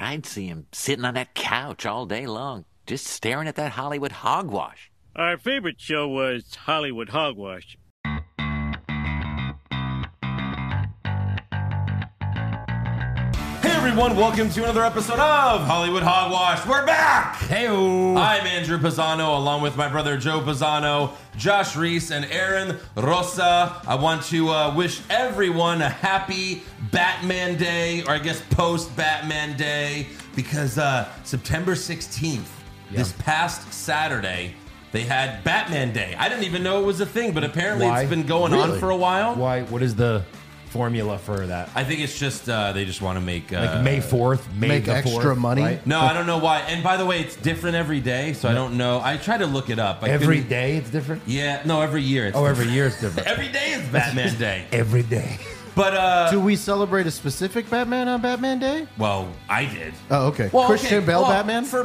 I'd see him sitting on that couch all day long, just staring at that Hollywood hogwash. Our favorite show was Hollywood Hogwash. Hey everyone, welcome to another episode of Hollywood Hogwash. We're back! Hey, I'm Andrew Pisano, along with my brother Joe Pisano, Josh Reese, and Aaron Rosa. I want to uh, wish everyone a happy Batman Day, or I guess post Batman Day, because uh, September 16th, this past Saturday, they had Batman Day. I didn't even know it was a thing, but apparently it's been going on for a while. Why? What is the formula for that? I think it's just uh, they just want to make uh, Like May fourth, May make the extra 4th, money? right? No, I don't know why. And by the way, it's different every day, so I don't know. I try to look it up. I Every couldn't- day it's different. Yeah, no, every year. It's Oh, every year it's different. every day is Batman Day. every day. But uh, Do we celebrate a specific Batman on Batman Day? well, I did. Oh, okay. Well, Christian okay, Bell well, Batman? for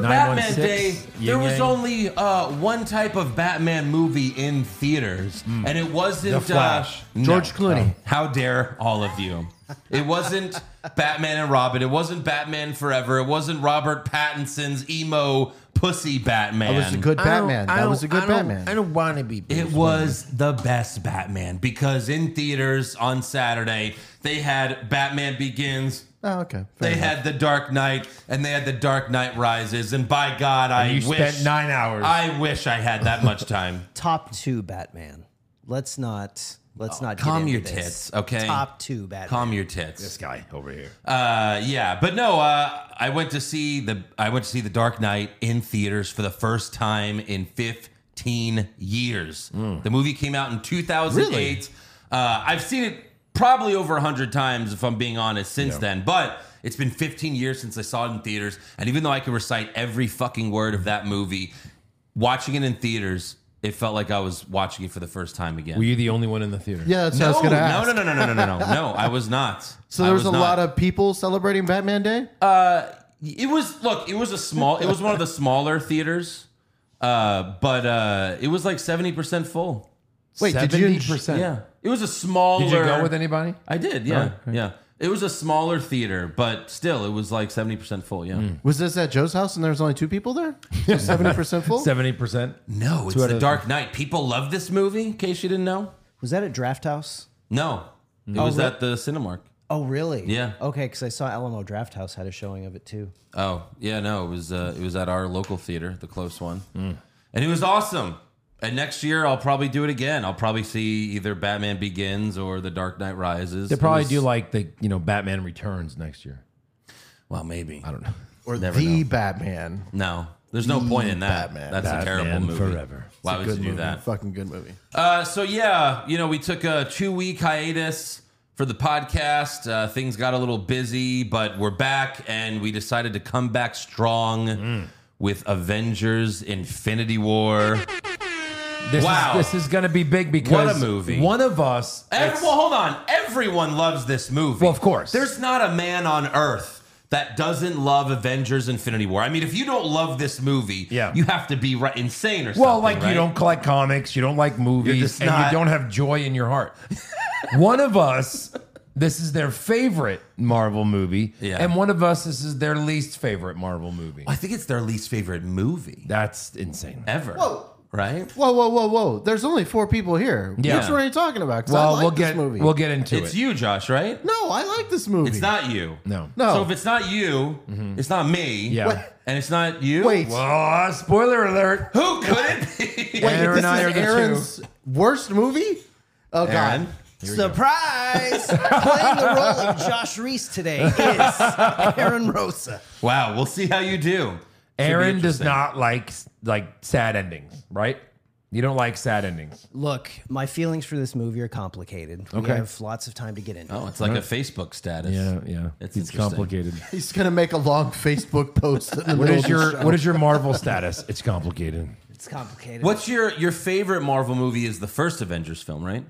Batman 916, Day. There Yin was Yang. only uh, one type of Batman movie in theaters, and it wasn't Hmm. The Flash. Uh, no. George Clooney. How dare all of you? It wasn't Batman and Robin. It wasn't Batman Forever. It wasn't Robert Pattinson's emo pussy Batman. That was a good Batman. That was a good Batman. I don't want to be. It was the best Batman because in theaters on Saturday they had Batman Begins. Oh, okay. Fair They enough. had The Dark Knight and they had The Dark Knight Rises. And by God, I you wish spent nine hours. I wish I had that much time. top two Batman. Let's not let's not get Oh, calm into your this. tits, okay? Top two Batman. Calm your tits. this guy over here. Uh, yeah, but no, uh, I went to see the I went to see The Dark Knight in theaters for the first time in 15 years. Hmm. The movie came out in 2008. Uh, I've seen it probably over 100 times if I'm being honest since then, but it's been 15 years since I saw it in theaters, and even though I can recite every fucking word of that movie, watching it in theaters, it felt like I was watching it for the first time again. Were you the only one in the theater? yeah, that's no, what I was going to ask. no, no, no, no, no, no, no, no, no! I was not. So I there was, a not. lot of people celebrating Batman Day? It was look. It was a small. It was one of the smaller theaters, uh, but uh, it was like seventy percent full. Wait, did you- 70%. Yeah, it was a smaller. Did you go with anybody? I did. Yeah, yeah. It was a smaller theater, but still, it was like seventy percent full. Yeah. Hmm. Was this at Joe's house and there was only two people there? Seventy percent full. Seventy percent. No, it's Two out The of- Dark Knight. People love this movie. In case you didn't know, Was that at Draft House? no, it was really? at the Cinemark. Oh, really? Yeah. Okay, because I saw Alamo Draft House had a showing of it too. Oh yeah, no, it was uh, it was at our local theater, the close one, Mm. and it was awesome. And next year I'll probably do it again. I'll probably see either Batman Begins or The Dark Knight Rises. They probably It was- do like the you know Batman Returns next year. Well, maybe I don't know. or Never the know. Batman. No, there's no point in that. Batman. That's a terrible Batman movie. Forever. Why would you Good do movie. that? Fucking good movie. Uh, so yeah, you know, we took a two week hiatus for the podcast. Uh, things got a little busy, but we're back, and we decided to come back strong Mm. with Avengers: Infinity War. This Wow. Is, this is going to be big What because a movie. One of us. Every, well, hold on. Everyone loves this movie. Well, of course. There's not a man on earth that doesn't love Avengers: Infinity War. I mean, if you don't love this movie, Yeah. you have to be right, insane or something. Well, like right? you don't collect comics, you don't like movies, just and not- you don't have joy in your heart. one of us, this is their favorite Marvel movie, Yeah. and one of us, this is their least favorite Marvel movie. I think it's their least favorite movie That's insane. ever. Whoa. Right? Whoa, whoa, whoa, whoa! There's only four people here. Yeah. Which one are you talking about? 'Cause I Well, like we'll this get movie. we'll get into It's it. you, Josh. Right? no, I like this movie. It's not you. No, Mm-hmm. No. So if it's not you, it's not me. yeah. Wait. And it's not you. Wait. Well, uh, spoiler alert. Who could it be? Wait, Aaron this and I is are the two. Aaron's worst movie. Oh Aaron. God! Surprise! Playing the role of Josh Reese today is Aaron Rosa. Wow. We'll see how you do. Aaron does not like like sad endings, right? You don't like sad endings. Look, my feelings for this movie are complicated. We Okay. have lots of time to get into. it. Oh, it's like a Facebook status. yeah. Uh, It's It's interesting. complicated. He's gonna make a long Facebook post. In the What middle is of your the what is your Marvel status? It's complicated. It's complicated. What's your your favorite Marvel movie? Is the first Avengers film, right?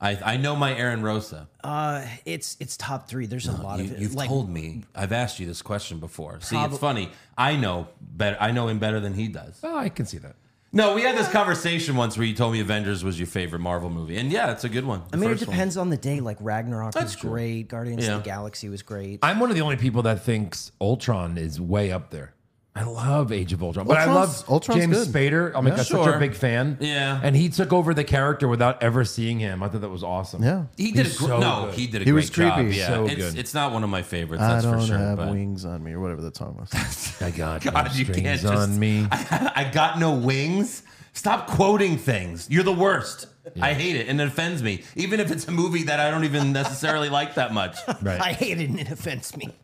I I know my Aaron Rosa. Uh, it's it's top three. There's a lot You, of it. have like, told me. I've asked you this question before. See, it's Prob- funny. I know better. I know him better than he does. Oh, I can see that. No, we had this conversation once where you told me Avengers was your favorite Marvel movie, and yeah, it's a good one. I mean, it depends on the day. Like Ragnarok was true. great. Guardians Yeah. of the Galaxy was great. I'm one of the only people that thinks Ultron is way up there. I love Age of Ultron, but I Ultron's- love Ultron's James good. Spader. I'm like Yeah, that's such sure. a big fan. Yeah. and he took over the character without ever seeing him. I thought that was awesome. Yeah. He did a He's gr- so no, good. he did a He great was job. creepy. Yeah, So it's good. it's not one of my favorites. I That's don't for sure. have but- wings on me or whatever the song was. I got God, you strings can't just on me. I, I got no wings. Stop quoting things. You're the worst. I hate it and it offends me, even if it's a movie that I don't even necessarily like that much. I hate it and it offends me.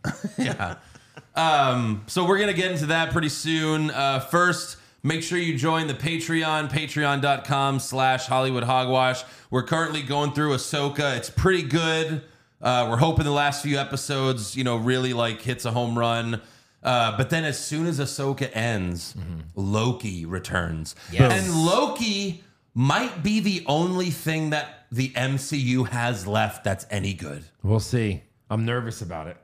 Um, so we're gonna get into that pretty soon. Uh, first, make sure you join the Patreon, patreon.com slash Hollywood Hogwash. We're currently going through Ahsoka. It's pretty good. Uh, we're hoping the last few episodes, you know, really like hits a home run. Uh, but then as soon as Ahsoka ends, Loki returns. And Loki might be the only thing that the MCU has left that's any good. We'll see. I'm nervous about it.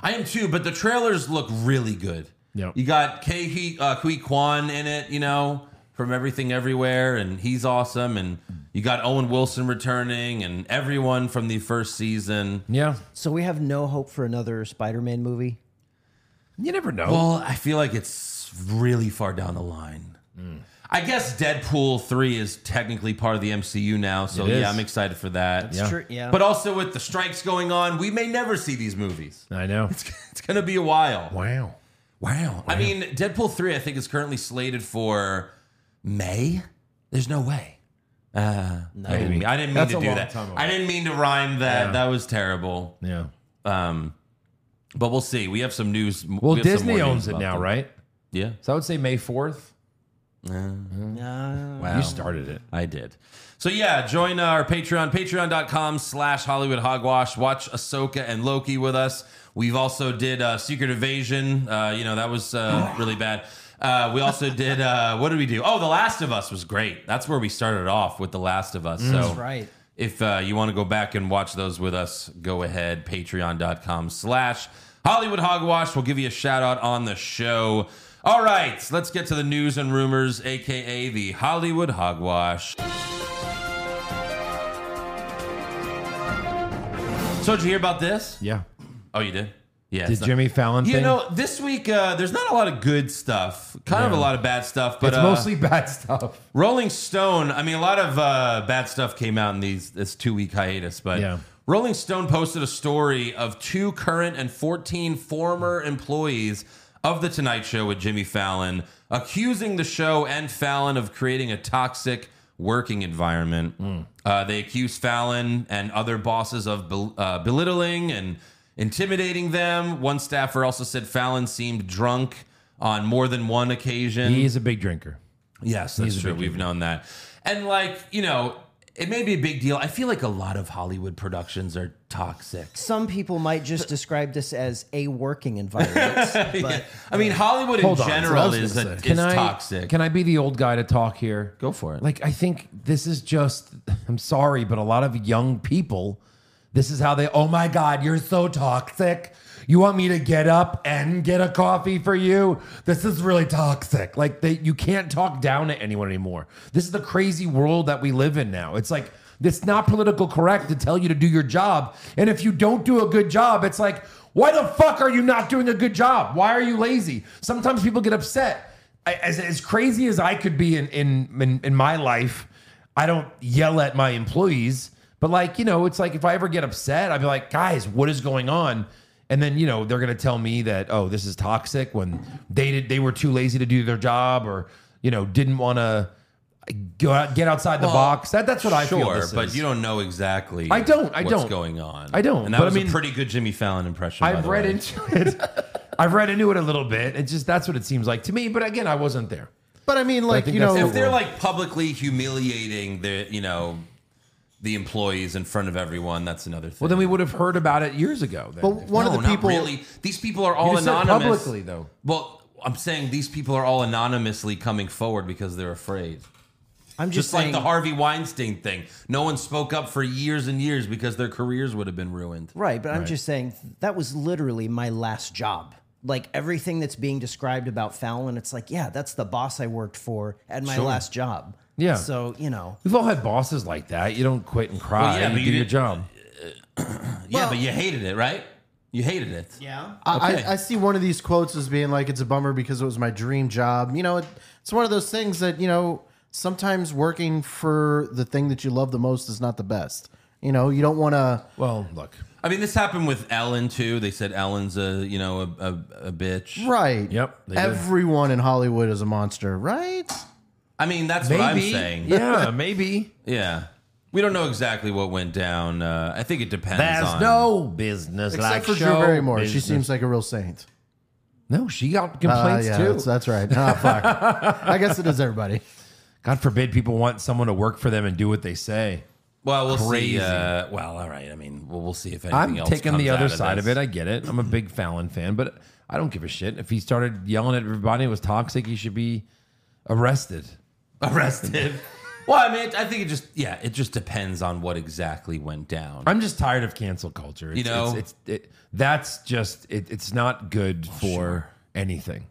I am too, but the trailers look really good. Yep. You got K He uh, Kui Kwan in it, you know, from Everything Everywhere, and he's awesome. And you got Owen Wilson returning, and everyone from the first season. Yeah, So we have no hope for another Spider-Man movie. you never know. Well, I feel like it's really far down the line. Mm. I guess Deadpool three is technically part of the MCU now, so It is. yeah, I'm excited for that. Yeah. Sure, yeah. But also with the strikes going on, we may never see these movies. I know. It's gonna be a while. Wow. Wow. I mean, Deadpool 3, I think, is currently slated for May. There's no way. Uh, I didn't mean, I didn't mean That's to a do long that. time away. I didn't mean to rhyme that. That was terrible. Yeah. Um, but we'll see. We have some news. Well, Disney owns it now, right? Yeah. So I would say May 4th. Nah. Uh, Wow. You started it. I did. So yeah, join our Patreon, patreon.com slash Hollywood Hogwash. Watch Ahsoka and Loki with us. We've also did uh, Secret Invasion. Uh, you know, that was uh, really bad. Uh, we also did, uh, what did we do? Oh, The Last of Us was great. That's where we started off with The Last of Us. So Mm, That's right. if uh, you want to go back and watch those with us, go ahead, patreon.com slash Hollywood Hogwash. We'll give you a shout out on the show. All right, let's get to the news and rumors, aka the Hollywood Hogwash. So did you hear about this? Yeah. Oh, you did? Yeah. it's Did not- Jimmy Fallon You thing? know, this week uh, there's not a lot of good stuff. Kind of a lot of bad stuff, but it's uh, mostly bad stuff. Rolling Stone. I mean, a lot of uh, bad stuff came out in these this two week hiatus, but Yeah. Rolling Stone posted a story of two current and fourteen former employees of the Tonight Show with Jimmy Fallon, accusing the show and Fallon of creating a toxic working environment. Uh, they accused Fallon and other bosses of bel- uh, belittling and intimidating them. One staffer also said Fallon seemed drunk on more than one occasion. He's a big drinker. Yes, that's true. We've known that. And like, you know, it may be a big deal. I feel like a lot of Hollywood productions are toxic. Some people might just describe this as a working environment, but I mean, Hollywood in Hold on. That's what I general was is, gonna a, say. is I, toxic. Can I be the old guy to talk here? Go for it. Like, I think this is just, I'm sorry, but a lot of young people, this is how they, oh my God, you're so toxic. You want me to get up and get a coffee for you? This is really toxic. Like, they, you can't talk down to anyone anymore. This is the crazy world that we live in now. It's like, it's not political correct to tell you to do your job. And if you don't do a good job, it's like, why the fuck are you not doing a good job? Why are you lazy? Sometimes people get upset. I, as, as crazy as I could be in, in in in my life, I don't yell at my employees. But like you know, it's like if I ever get upset, I'd be like, guys, what is going on? And then you know they're gonna tell me that oh this is toxic when they did they were too lazy to do their job or you know didn't want to go out, get outside the box. That that's what I feel. sure, this but is. you don't know exactly. I don't, I what's don't. going on. I don't, And that but I was mean- a pretty good Jimmy Fallon impression. by I've the read way. into it. I've read into it a little bit. It's just that's what it seems like to me. But again, I wasn't there. But I mean, like think you that's know, the If they're like publicly humiliating the, you know, the employees in front of everyone, that's another thing. Well, then we would have heard about it years ago. Then. but one No, of the not people. really. These people are all just said anonymous. publicly, though. Well, I'm saying these people are all anonymously coming forward because they're afraid. I'm just, Just like saying, the Harvey Weinstein thing. No one spoke up for years and years because their careers would have been ruined. right? But I'm just saying that was literally my last job. like everything that's being described about Fallon, it's like, yeah, that's the boss I worked for at my last job. Yeah. So, you know, We've all had bosses like that. You don't quit and cry. Well, yeah, you but do you your didn't- job. Yeah, Well- but you hated it, right? You hated it. yeah. I, Okay. I, I see one of these quotes as being like, it's a bummer because it was my dream job. You know, it, it's one of those things that, you know, sometimes working for the thing that you love the most is not the best. You know, you don't want to. Well, look. I mean, this happened with Ellen too. They said Ellen's a you know a, a, a bitch. Right. Yep, they do. Everyone in Hollywood is a monster, right? I mean, that's Maybe. what I'm saying. Yeah. Yeah, maybe. we don't know exactly what went down. Uh, I think it depends. on, business Except for Drew Barrymore. She seems like a real saint. No, she got Uh, complaints yeah, too. That's, that's right. Ah, fuck. I guess it is everybody. God forbid people want someone to work for them and do what they say. Well, we'll Crazy. see. Uh, well, all right. I mean, we'll, we'll see if anything I'm else. taking comes the out other of side this. of it. I get it. I'm a big Fallon fan, but I don't give a shit. If he started yelling at everybody and was toxic, he should be arrested. Arrested. well, I mean, I think it just yeah, it just depends on what exactly went down. I'm just tired of cancel culture. It's, You know? Oh, it's, it's it, that's just it, it's not good for anything.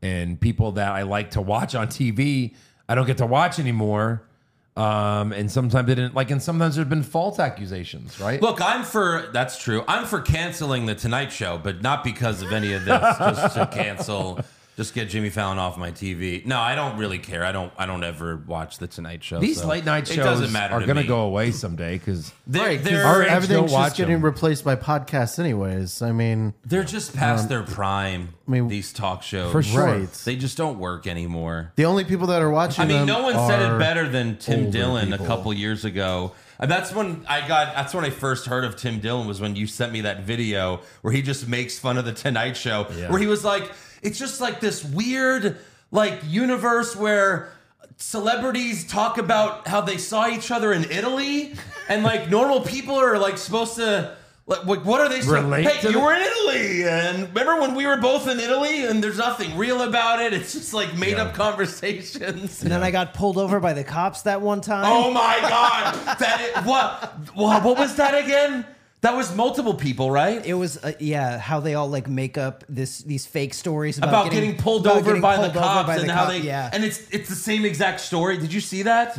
And people that I like to watch on TV, I don't get to watch anymore. Um, and sometimes they didn't like, and sometimes there's been false accusations, right? Look, I'm for that's true. I'm for canceling the Tonight Show, but not because of any of this. just to cancel, just get Jimmy Fallon off my TV. No, I don't really care. I don't. I don't ever watch the Tonight Show. These so late night it shows doesn't matter are to going to me. go away someday because They're, Right. 'cause they're, Our age everything's don't watch just getting them. replaced by podcasts, anyways. I mean, they're just past their prime. I mean, mean, these talk shows, for sure. right. they just don't work anymore. The only people that are watching. I mean, them no one said are- it better than Tim older Dillon people. a couple years ago. And that's when I got. That's when I first heard of Tim Dillon was when you sent me that video where he just makes fun of the Tonight Show, where he was like, "It's just like this weird like universe where." Celebrities talk about how they saw each other in Italy, and like normal people are like supposed to like what what are they supposed Relate Hey, to you the- were in Italy, and remember when we were both in Italy? And there's nothing real about it. It's just like made up conversations. And then I got pulled over by the cops that one time. Oh my god! That i- what? What? What was that again? That was multiple people, right? It was uh, yeah, how they all like make up this these fake stories about, about, getting, pulled about over getting by pulled the over cops by and the how cop- they yeah. and it's it's the same exact story. Did you see that?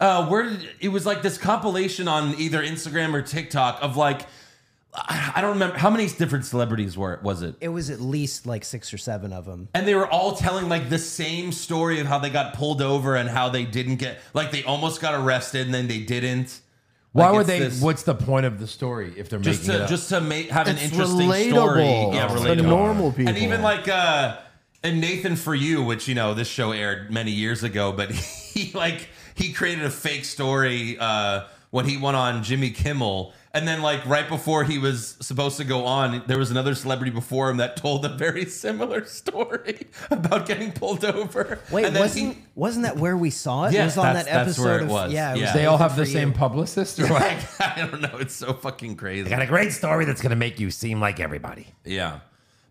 Uh, where did, it was like this compilation on either Instagram or TikTok of like I I don't remember how many different celebrities were was it? it was at least like six or seven of them. And they were all telling like the same story of how they got pulled over and how they didn't get like they almost got arrested and then they didn't. Why Like, would it's they? this- What's the point of the story if they're just making it to up? just to make have an It's interesting story. relatable. Yeah, It's relatable. the normal people. And even like uh and Nathan for you, which you know this show aired many years ago, but he like he created a fake story uh when he went on Jimmy Kimmel. And then, like right before he was supposed to go on, there was another celebrity before him that told a very similar story about getting pulled over. Wait, and then he- wasn't wasn't that where we saw it? Yes, it was on that's- that that's episode where it of was. yeah. it was Yeah. they all Nathan have the for same You. publicist. Or what? I don't know. It's so fucking crazy. a great story that's going to make you seem like everybody. Yeah.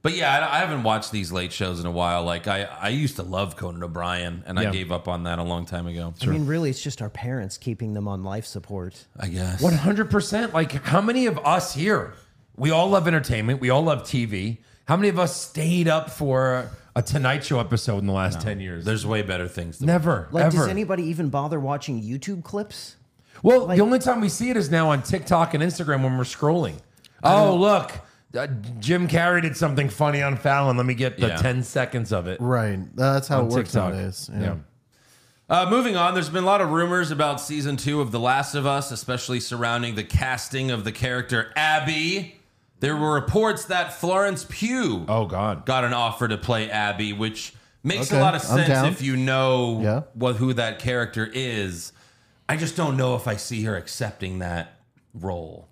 But yeah, I, I haven't watched these late shows in a while. Like I, I used to love Conan O'Brien, and Yeah. I gave up on that a long time ago. I mean, really, it's just our parents keeping them on life support. I guess. One hundred percent. Like, how many of us here? We all love entertainment. We all love TV. How many of us stayed up for a Tonight Show episode in the last ten years? There's way better things. To Never, Like, ever. does anybody even bother watching YouTube clips? well, the only time we see it is now on TikTok and Instagram when we're scrolling. Oh, look. Uh, Jim Carrey did something funny on Fallon. Let me get the Yeah. 10 seconds of it. Right. That's how it works TikTok. nowadays. Yeah. Yeah. Uh, moving on, there's been a lot of rumors about season two of The Last of Us, especially surrounding the casting of the character Abby. There were reports that Florence Pugh Oh, God. got an offer to play Abby, which makes a Okay, lot of I'm down. sense if you know Yeah. what who that character is. I just don't know if I see her accepting that role.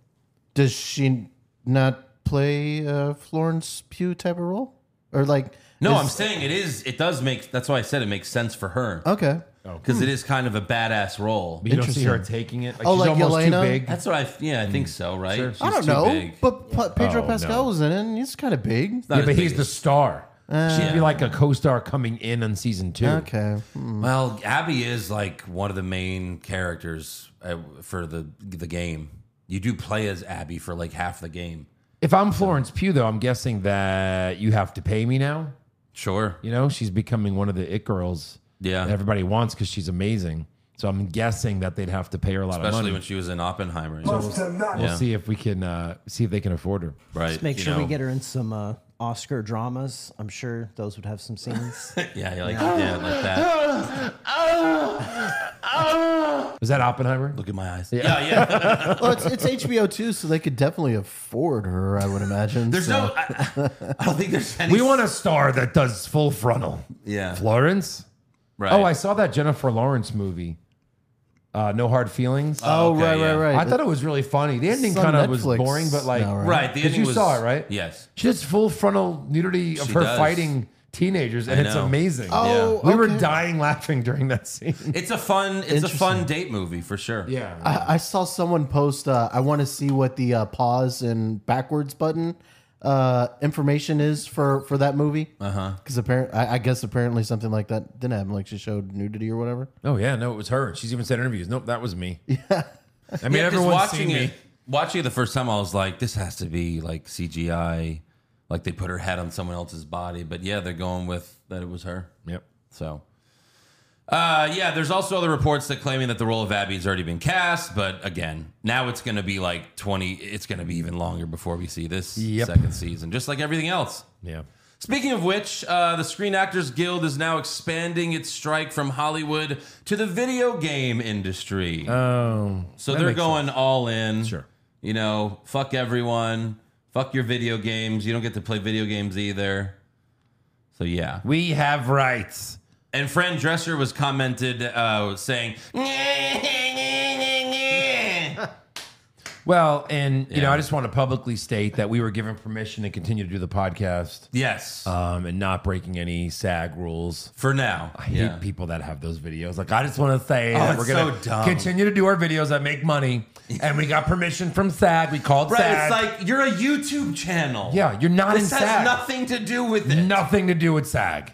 Does she not play a Florence Pugh type of role? Or like. No, is- I'm saying it is. It does make. That's why I said it makes sense for her Okay. because it is kind of a badass role. You don't see her Interesting. taking it. Like, Oh, she's like almost Yelena? too big. That's what I. Yeah, I think so. Right? She's I don't too know. big. But Pa- Pedro Oh, no. Pascal was in it, and he's kind of big. Not Yeah, as but big he's the as- star. She'd be Yeah. like a co-star coming in on season two. Okay. Hmm. Well, Abby is like one of the main characters uh, for the the game. You do play as Abby for like half the game. If I'm Florence Pugh, though, I'm guessing that you have to pay me now. Sure. You know, she's becoming one of the it girls Yeah. that everybody wants because she's amazing. So I'm guessing that they'd have to pay her a lot of Especially money. when she was in Oppenheimer. We'll see if we can uh, see if they can afford her. Right. Just make you sure we know. get her in some uh, Oscar dramas. I'm sure those would have some scenes. Yeah, you like, yeah, like that. Was that Oppenheimer? Look at my eyes. Yeah, yeah. Well, it's, it's HBO too, so they could definitely afford her. I would imagine. There's so. no. I, I don't think there's any. We want a star that does full frontal. Yeah. Florence. Right. Oh, I saw that Jennifer Lawrence movie. Uh, no hard feelings. Oh, Okay, right, yeah. right, I right. thought it was really funny. The ending on kind of was Netflix boring, but like now, right? Right. The 'Cause ending you was, saw it, right? Yes. she does full frontal nudity of She her does. fighting teenagers, and I it's know. amazing. oh, we were okay. dying laughing during that scene. It's a fun. It's a fun date movie for sure. Yeah. I, I saw someone post. Uh, I want to see what the uh, pause and backwards button uh, information is for for that movie. Uh Uh-huh. huh. Because apparently, I, I guess apparently something like that didn't happen. Like she showed nudity or whatever. Oh yeah, no, it was her. She's even said in interviews. Nope, that was me. Yeah. I mean, Yeah, 'cause everyone's watching seen it. me. Watching it the first time, I was like, this has to be like CGI. Like they put her head on someone else's body, but yeah, they're going with that it was her. Yep. So, uh, yeah, there's also other reports that claiming that the role of Abby has already been cast, but again, now it's going to be like 20, it's going to be even longer before we see this Yep. second season, just like everything else. Yeah. Speaking of which, uh, the Screen Actors Guild is now expanding its strike from Hollywood to the video game industry. Um. so that they're makes going all in. Sure. You know, fuck everyone. Fuck your video games. You don't get to play video games either. So, yeah. We have rights. And Fran Dresser was commented uh, saying, yeah, Well, and you know, Yeah. I just want to publicly state that we were given permission to continue to do the podcast, yes, um, and not breaking any SAG rules. for now. I hate people that have those videos. Like, I just want to say that Oh, it's we're gonna so dumb. continue to do our videos that make money, and we got permission from SAG. We called Right, it's SAG. like you're a YouTube channel. yeah, you're not this in has SAG. nothing to do with it. Nothing to do with SAG.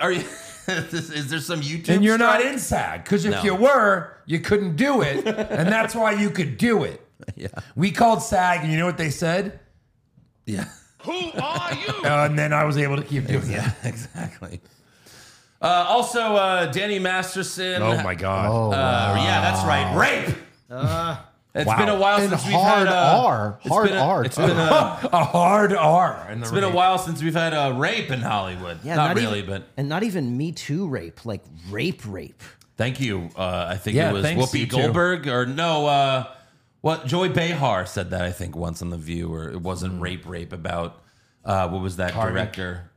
Are you? is, is there some YouTube? And you're not strike? in SAG because if No. you were, you couldn't do it, and that's why you could do it. Yeah. We called SAG, and you know what they said? Uh, Yeah. and then I was able to keep doing it. Yeah. Exactly. Uh, also, uh, Danny Masterson. Oh my god! Uh, yeah, that's right. Rape. It's Wow. been a while And since we've hard had uh, R, it's hard been a- R. It's Too. been a, a hard R. In the it's been a while since we've had a rape in Hollywood. Yeah, not, really, even, but and not even Me Too rape, like rape, rape. thank you. Uh, I think Yeah, it was thanks, you Whoopi two. Goldberg or no. Uh, what Joy Behar said that I think once on the View, or it wasn't rape, rape about uh, what was that director?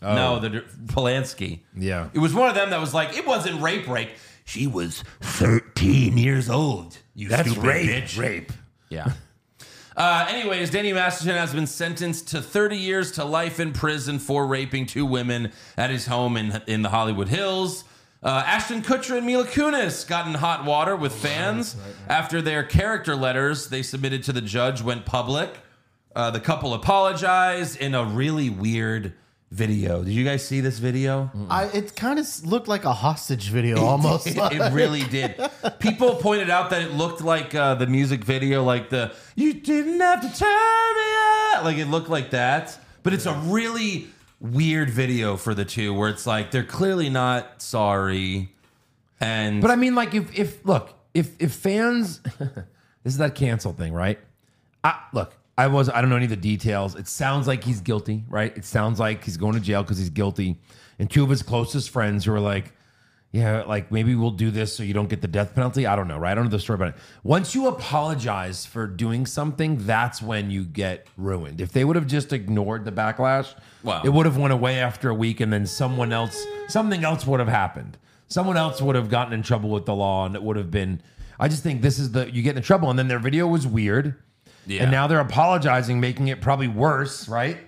No, the dir- Polanski. Oh. Yeah. It was one of them that was like, it wasn't rape, rape. She was 13 years old. You That's stupid rape, bitch. rape. Yeah. Uh, anyways, Danny Masterson has been sentenced to 30 years to life in prison for raping two women at his home in in the Hollywood Hills. Uh, Ashton Kutcher and Mila Kunis got in hot water with fans after their character letters they submitted to the judge went public. Uh, the couple apologized in a really weird video. Did you guys see this video? I, it kind of looked like a hostage video almost. It, it really did. People pointed out that it looked like uh, the music video, like the "You didn't have to turn me out," like it looked like that. But it's a really weird video for the two, where it's like they're clearly not sorry, and But I mean, like, if if look, if if fans, this is that cancel thing, right? I, look, I was I don't know any of the details. It sounds like he's guilty, right? It sounds like he's going to jail because he's guilty. And two of his closest friends who are like, yeah, like maybe we'll do this so you don't get the death penalty. I don't know, right? I don't know the story about it. Once you apologize for doing something, that's when you get ruined. If they would have just ignored the backlash, Wow. it would have went away after a week, and then someone else, something else would have happened. Someone else would have gotten in trouble with the law, and it would have been. I just think this is the you get in trouble, and then their video was weird, Yeah. and now they're apologizing, making it probably worse, right?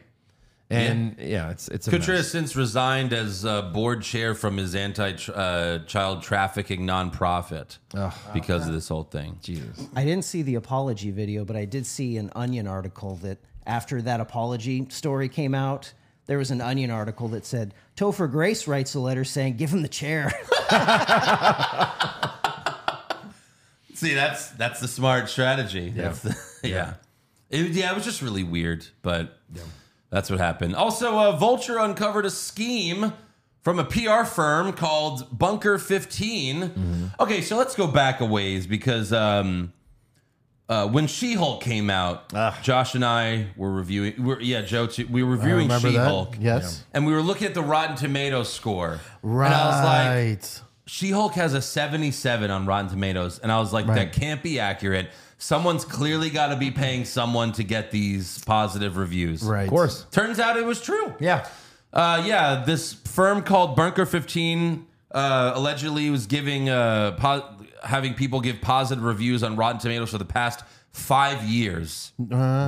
And yeah, it's it's a Kutcher mess. has since resigned as uh, board chair from his anti-child trafficking nonprofit because Ah. of this whole thing. I didn't see the apology video, but I did see an Onion article that after that apology story came out, there was an Onion article that said Topher Grace writes a letter saying, "Give him the chair." See, that's that's the smart strategy. That's the, yeah. It- yeah, it was just really weird, but that's what happened. Also, uh, Vulture uncovered a scheme from a PR firm called Bunker 15. Mm-hmm. Okay, so let's go back a ways because um, uh, when She Hulk came out, Josh and I were reviewing, we're, yeah, Joe, too, we were Ah. I reviewing remember She that. Hulk. Yes. And we were looking at the Rotten Tomatoes score. Right. And I was like, she Hulk has a 77 on Rotten Tomatoes. And I was like, that can't be accurate. Someone's clearly got to be paying someone to get these positive reviews. right. Of course. Turns out it was true. Yeah. Uh, yeah, this firm called Bunker 15 uh, allegedly was giving uh, po- having people give positive reviews on Rotten Tomatoes for the past five years.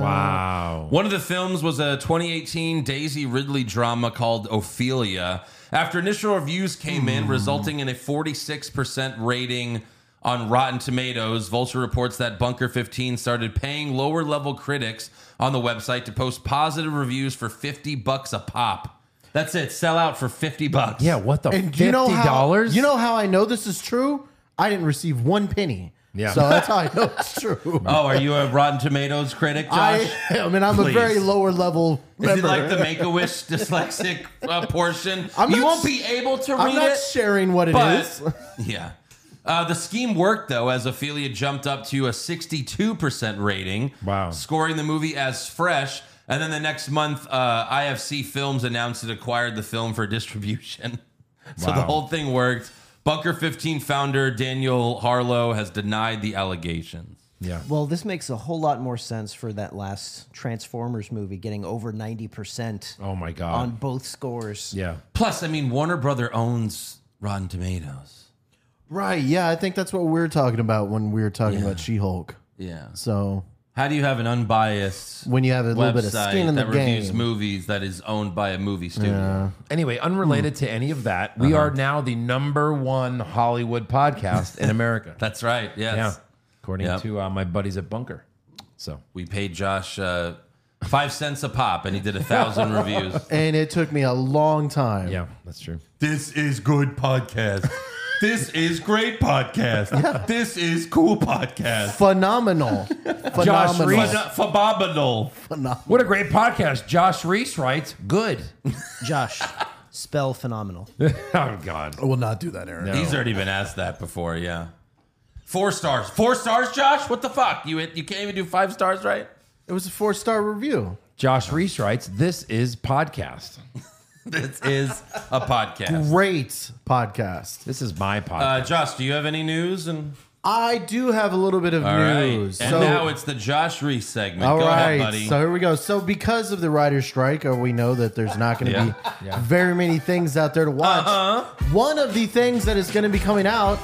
Wow. One of the films was a 2018 Daisy Ridley drama called Ophelia. After initial reviews came Hmm. in, resulting in a 46% rating on Rotten Tomatoes, Vulture reports that Bunker 15 started paying lower level critics on the website to post positive reviews for 50 bucks a pop. That's it, sell out for 50 bucks. Yeah. What the And fifty you know how dollars? you know how I know this is true? I didn't receive one penny. Yeah. So that's how I know it's true. Oh, are you a Rotten Tomatoes critic, Josh? I am, and I'm a please. very lower level Is it member. like the Make a Wish dyslexic uh, portion? I'm you not won't s- be able to read I'm not it. sharing what it is. But- yeah. Uh, the scheme worked though, as Ophelia jumped up to a 62% rating. Wow. Scoring the movie as fresh. And then the next month, uh, IFC Films announced it acquired the film for distribution. so the Wow. whole thing worked. Bunker 15 founder Daniel Harlow has denied the allegations. Yeah. Well, this makes a whole lot more sense for that last Transformers movie getting over 90% Oh my god. on both scores. yeah. Plus, I mean, Warner Brother owns Rotten Tomatoes. Right. Yeah. I think that's what we were talking about when we were talking about She Hulk. Yeah. So How do you have an unbiased when you have a little bit of website skin in the that reviews game, movies that is owned by a movie studio? Anyway, unrelated to any of that, we are now the number one Hollywood podcast in America. That's right. Yes. yeah, according Yep. to uh, my buddies at Bunker. So We paid Josh uh, five cents a pop, and he did a thousand reviews. and it took me a long time. yeah, that's true. This is good podcast. This is great podcast. This is cool podcast. Phenomenal. Phenomenal. Reese. Phenomenal. What a great podcast! Josh Reese writes good. Josh, spell phenomenal. Oh God, I will not do that, Aaron. He's already been asked that before. Yeah. Four stars. Four stars, Josh. What the fuck? You you can't even do five stars, right? It was a four star review. Josh Reese writes this is podcast. This is a podcast. Great podcast. This is my Uh, podcast. Josh, do you have any news? And I do have a little bit of all right. news. And so, now it's the Josh Reese segment. all Go right. ahead, buddy. So here we go. So because of the writer's strike, uh, we know that there's not going to be very many things out there to watch. Uh-huh. One of the things that is going to be coming out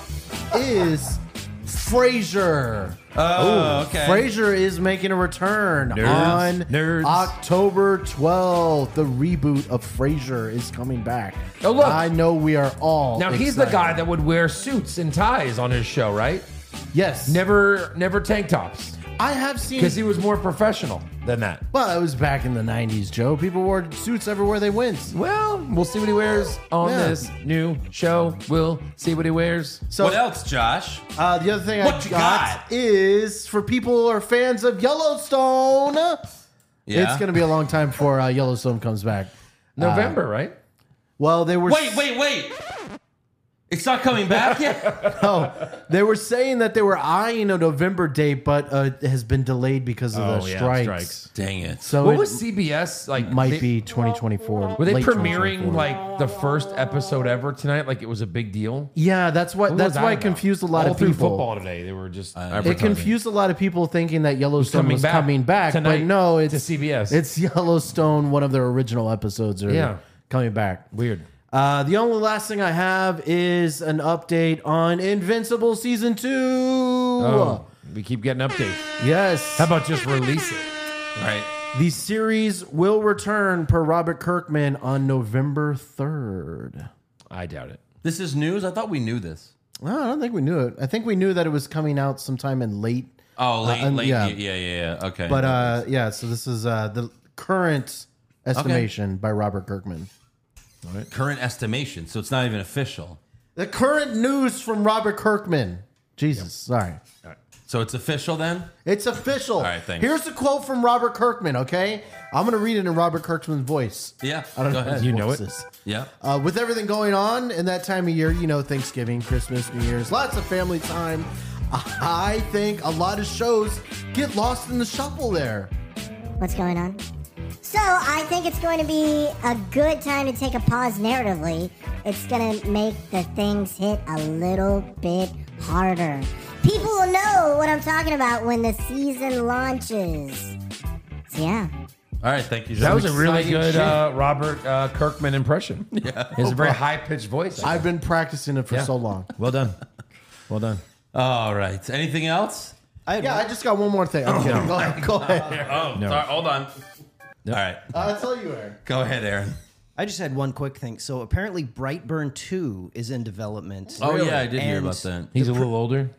is Frasier. oh, okay. Frasier is making a return on Nerds. October 12th. The reboot of Frasier is coming back. Oh, look. I know we are all. now he's the guy excited. that would wear suits and ties on his show, right? Yes. Never, never tank tops I have seen. because he was more professional than that. well, it was back in the 90s, Joe. People wore suits everywhere they went. Well, we'll see what he wears on Yeah. this new show. We'll see what he wears. So, what else, Josh? Uh, the other thing I What got, you got? is for people who are fans of Yellowstone. Yeah. It's going to be a long time before uh, Yellowstone comes back. November, right? Well, they were Wait, wait, wait. It's not coming back yet? Oh, they were saying that they were eyeing a November date, but uh, it has been delayed because of the oh, strikes. Dang it. So Oh, What it was CBS like? might they- be 2024. Were they late premiering 2024. like the first episode ever tonight? Like it was a big deal. Yeah, that's what. What was that's that why it about? confused a lot All of through people. Football today, they were just It confused a lot of people thinking that Yellowstone coming was back coming back, but tonight no, to it's CBS. It's Yellowstone. One of their original episodes are Yeah. coming back. weird. Uh, the only last thing I have is an update on Invincible season two. Oh, we keep getting updates. Yes, How about just release it? right. The series will return per Robert Kirkman on November 3rd. I doubt it. This is news? I thought we knew this. Well, I don't think we knew it. I think we knew that it was coming out sometime in late. Oh, late, and- late. yeah. Yeah. yeah, yeah, yeah. Okay. But uh, yeah, so this is uh, the current estimation by Robert Kirkman. current estimation, so it's not even official. The current news from Robert Kirkman. Jesus, sorry. So it's official then? It's official. All right, thanks. Here's a quote from Robert Kirkman, okay? I'm going to read it in Robert Kirkman's voice. Yeah. I don't Go know. ahead. his You know voice it. is. Yeah. Uh, with everything going on in that time of year, you know, Thanksgiving, Christmas, New Year's, lots of family time. I think a lot of shows get lost in the shuffle there. What's going on? So I think it's going to be a good time to take a pause narratively. It's going to make the things hit a little bit harder. People will know what I'm talking about when the season launches. So yeah. All right. Thank you. That John. was a really exciting good shit. uh, Robert uh, Kirkman impression. Yeah. It's a very high pitched voice. I've been practicing it for so long. well done. Well done. All right. Anything else? I, Yeah, I just got one more thing. I'm kidding. Go ahead. Go ahead. Oh, sorry. Hold on. All right. I'll tell you where. Go ahead, Aaron. I just had one quick thing. So apparently, Brightburn Two is in development. Oh, yeah. I did hear And about that. He's a little older.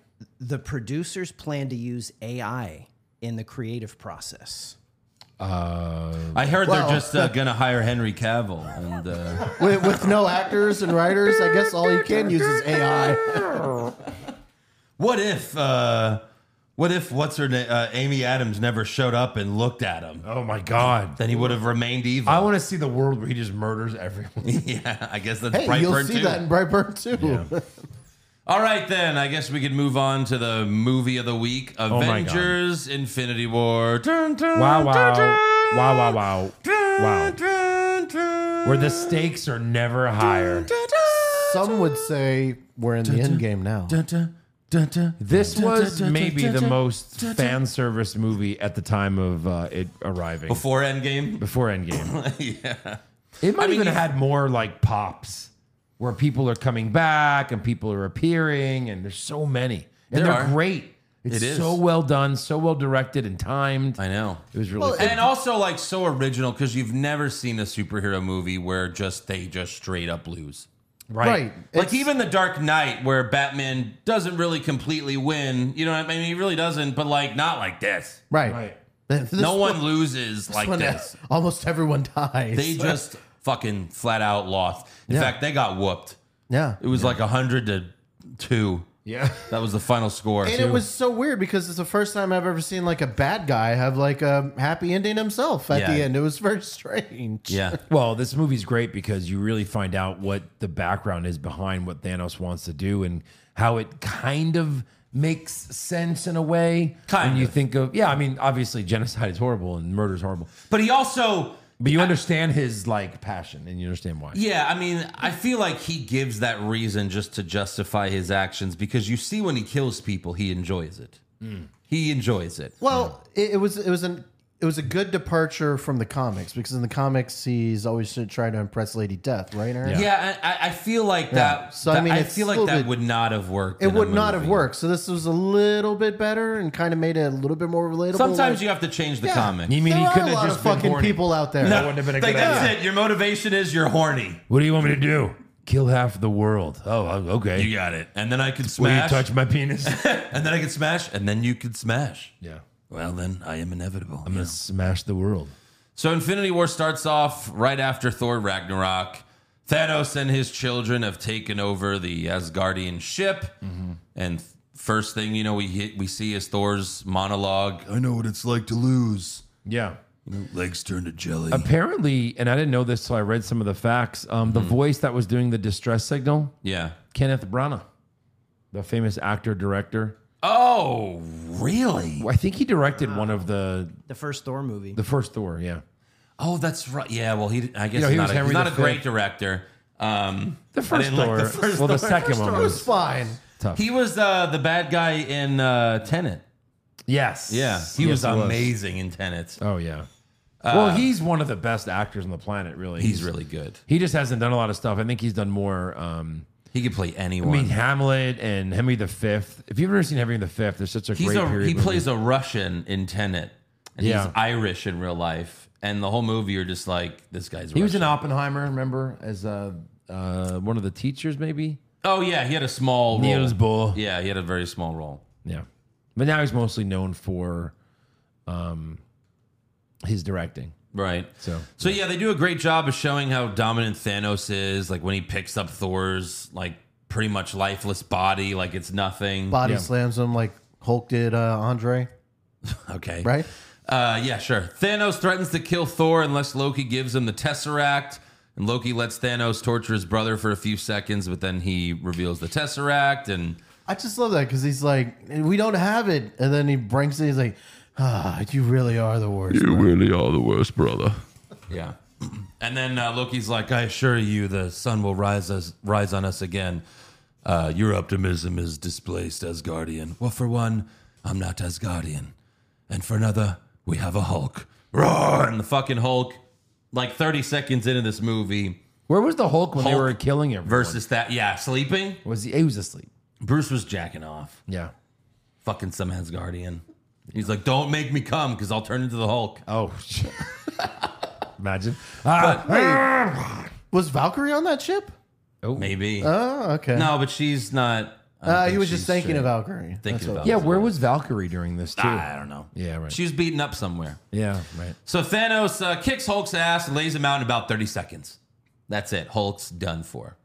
The producers plan to use AI in the creative process. I heard Well- they're just uh, going to hire Henry Cavill. And uh, With, with no actors and writers, I guess all you can use is AI. what if. Uh, what if what's her name uh, Amy Adams never showed up and looked at him? Oh my god. Then he would have remained evil. I want to see the world where he just murders everyone. yeah, I guess that's Hey, Brightburn you'll see too. that in Brightburn too. All right, then. I guess we could move on to the movie of the week my God. Avengers Infinity War. Dun, dun, Oh Wow, wow. dun, dun, Wow, wow, wow. dun, Wow. dun, dun. Where the stakes are never higher. Dun, Some would say we're in the end game now. dun, dun, dun, dun. This Dun, dun, was dun, dun, maybe dun, the dun, most dun, dun. fan service movie at the time of uh, it arriving. Before Endgame? Before Endgame. yeah. It might I mean, even if- had more like pops where people are coming back and people are appearing, and there's so many. And There they're are. great. It's It is. so well done, so well directed and timed. I know. It was really cool. And also, like, so original because you've never seen a superhero movie where just they just straight up lose. Right. Like even the Dark Knight, where Batman doesn't really completely win. You know what I mean? He really doesn't, but like not like this. Right. This no one- one loses like when this. Almost everyone dies. They just fucking flat out lost. In fact, they got whooped. yeah. It was like like hundred to two. Yeah. That was the final score. And it was so weird because it's the first time I've ever seen like a bad guy have like a happy ending himself at Yeah. the end. It was very strange. yeah. Well, this movie's great because you really find out what the background is behind what Thanos wants to do and how it kind of makes sense in a way. Kind when you of. think of yeah, I mean, obviously genocide is horrible and murder is horrible, But he also but you understand his like passion and you understand why. Yeah, I mean, I feel like he gives that reason just to justify his actions because you see when he kills people, he enjoys it. He enjoys it. Well, it, it was it was an it was a good departure from the comics because in the comics he's always trying to impress Lady Death, right? Aaron? Yeah, I, I- I feel like that. So, I that- mean, I it's feel like still that bit- would not have worked. It in a would not have movie. worked. So this was a little bit better and kind of made it a little bit more relatable. Sometimes Like, you have to change the Yeah. comic. You mean there he are couldn't a lot have of just been fucking horny? people out there. That wouldn't have been a Like, good that's idea. it. Your motivation is you're horny. What do you want me to do? Kill half the world. Oh, okay. You got it. And then I could Will you smash. touch my penis? and then I could smash. And then you could smash. yeah. Well, then I am inevitable. I'm gonna smash the world. So Infinity War starts off right after Thor Ragnarok. Thanos and his children have taken over the Asgardian ship, and th- first thing you know, we hit, we see is Thor's monologue. I know what it's like to lose. Yeah. Legs turn to jelly. Apparently, and I didn't know this, so I read some of the facts. Um, Mm-hmm. the voice that was doing the distress signal, yeah. Kenneth Branagh, the famous actor director. Oh, really? Well, I think he directed one of the The first Thor movie. the first Thor. Yeah, Oh, that's right. Yeah. Well, he. I guess know, he not was a- Henry he's not a the great Fifth. director. Um, the first didn't Thor. like the first well, the Thor. second one it was was fine. tough. he was uh, the bad guy in uh, Tenet. yes. Yeah, he Yes, was amazing in Tenet. Oh yeah. well, he's one of the best actors on the planet. Really, He's really good. He just hasn't done a lot of stuff. I think he's done more. Um, He could play anyone. I mean, Hamlet and Henry the Fifth. If you've ever seen Henry the Fifth, there's such a He's great a, period. he movie. plays a Russian in Tenet, and Yeah. he's Irish in real life. And the whole movie, you're just like, this guy's. He was in Russian. Oppenheimer. Remember, as uh, uh, one of the teachers, maybe. Oh yeah, he had a small role. Niels Bohr. Yeah, he had a very small role. Yeah. But now he's mostly known for um his directing. Right. So, So yeah, they do a great job of showing how dominant Thanos is. Like when he picks up Thor's like pretty much lifeless body, like it's nothing. Body slams him like Hulk did uh, Andre, Okay. right? Uh, yeah, sure. Thanos threatens to kill Thor unless Loki gives him the Tesseract. And Loki lets Thanos torture his brother for a few seconds, but then he reveals the Tesseract. And I just love that because he's like, we don't have it, and then he brings it. He's like, ah, you really are the worst. You really are the worst brother. yeah. And then uh, Loki's like, I assure you, the sun will rise, us, rise on us again. Uh, your optimism is displaced, Asgardian. Well, for one, I'm not Asgardian. And for another, we have a Hulk. Roar! And the fucking Hulk, like 30 seconds into this movie, Where was the Hulk when they Hulk were killing him? versus that, yeah, sleeping. was he? He was asleep. Bruce was jacking off, Yeah. fucking some Asgardian. He's like, "Don't make me come, because I'll turn into the Hulk." Oh. shit. Imagine. Ah, Was Valkyrie on that ship? Maybe Oh, okay. no, but she's not. I don't uh, think he was just she's thinking straight. of Valkyrie. Thinking That's what- about yeah. it. Where was Valkyrie during this too? I don't know. Yeah. Right. She was beaten up somewhere. yeah. Right. So Thanos uh, kicks Hulk's ass and lays him out in about thirty seconds. That's it. Hulk's done for.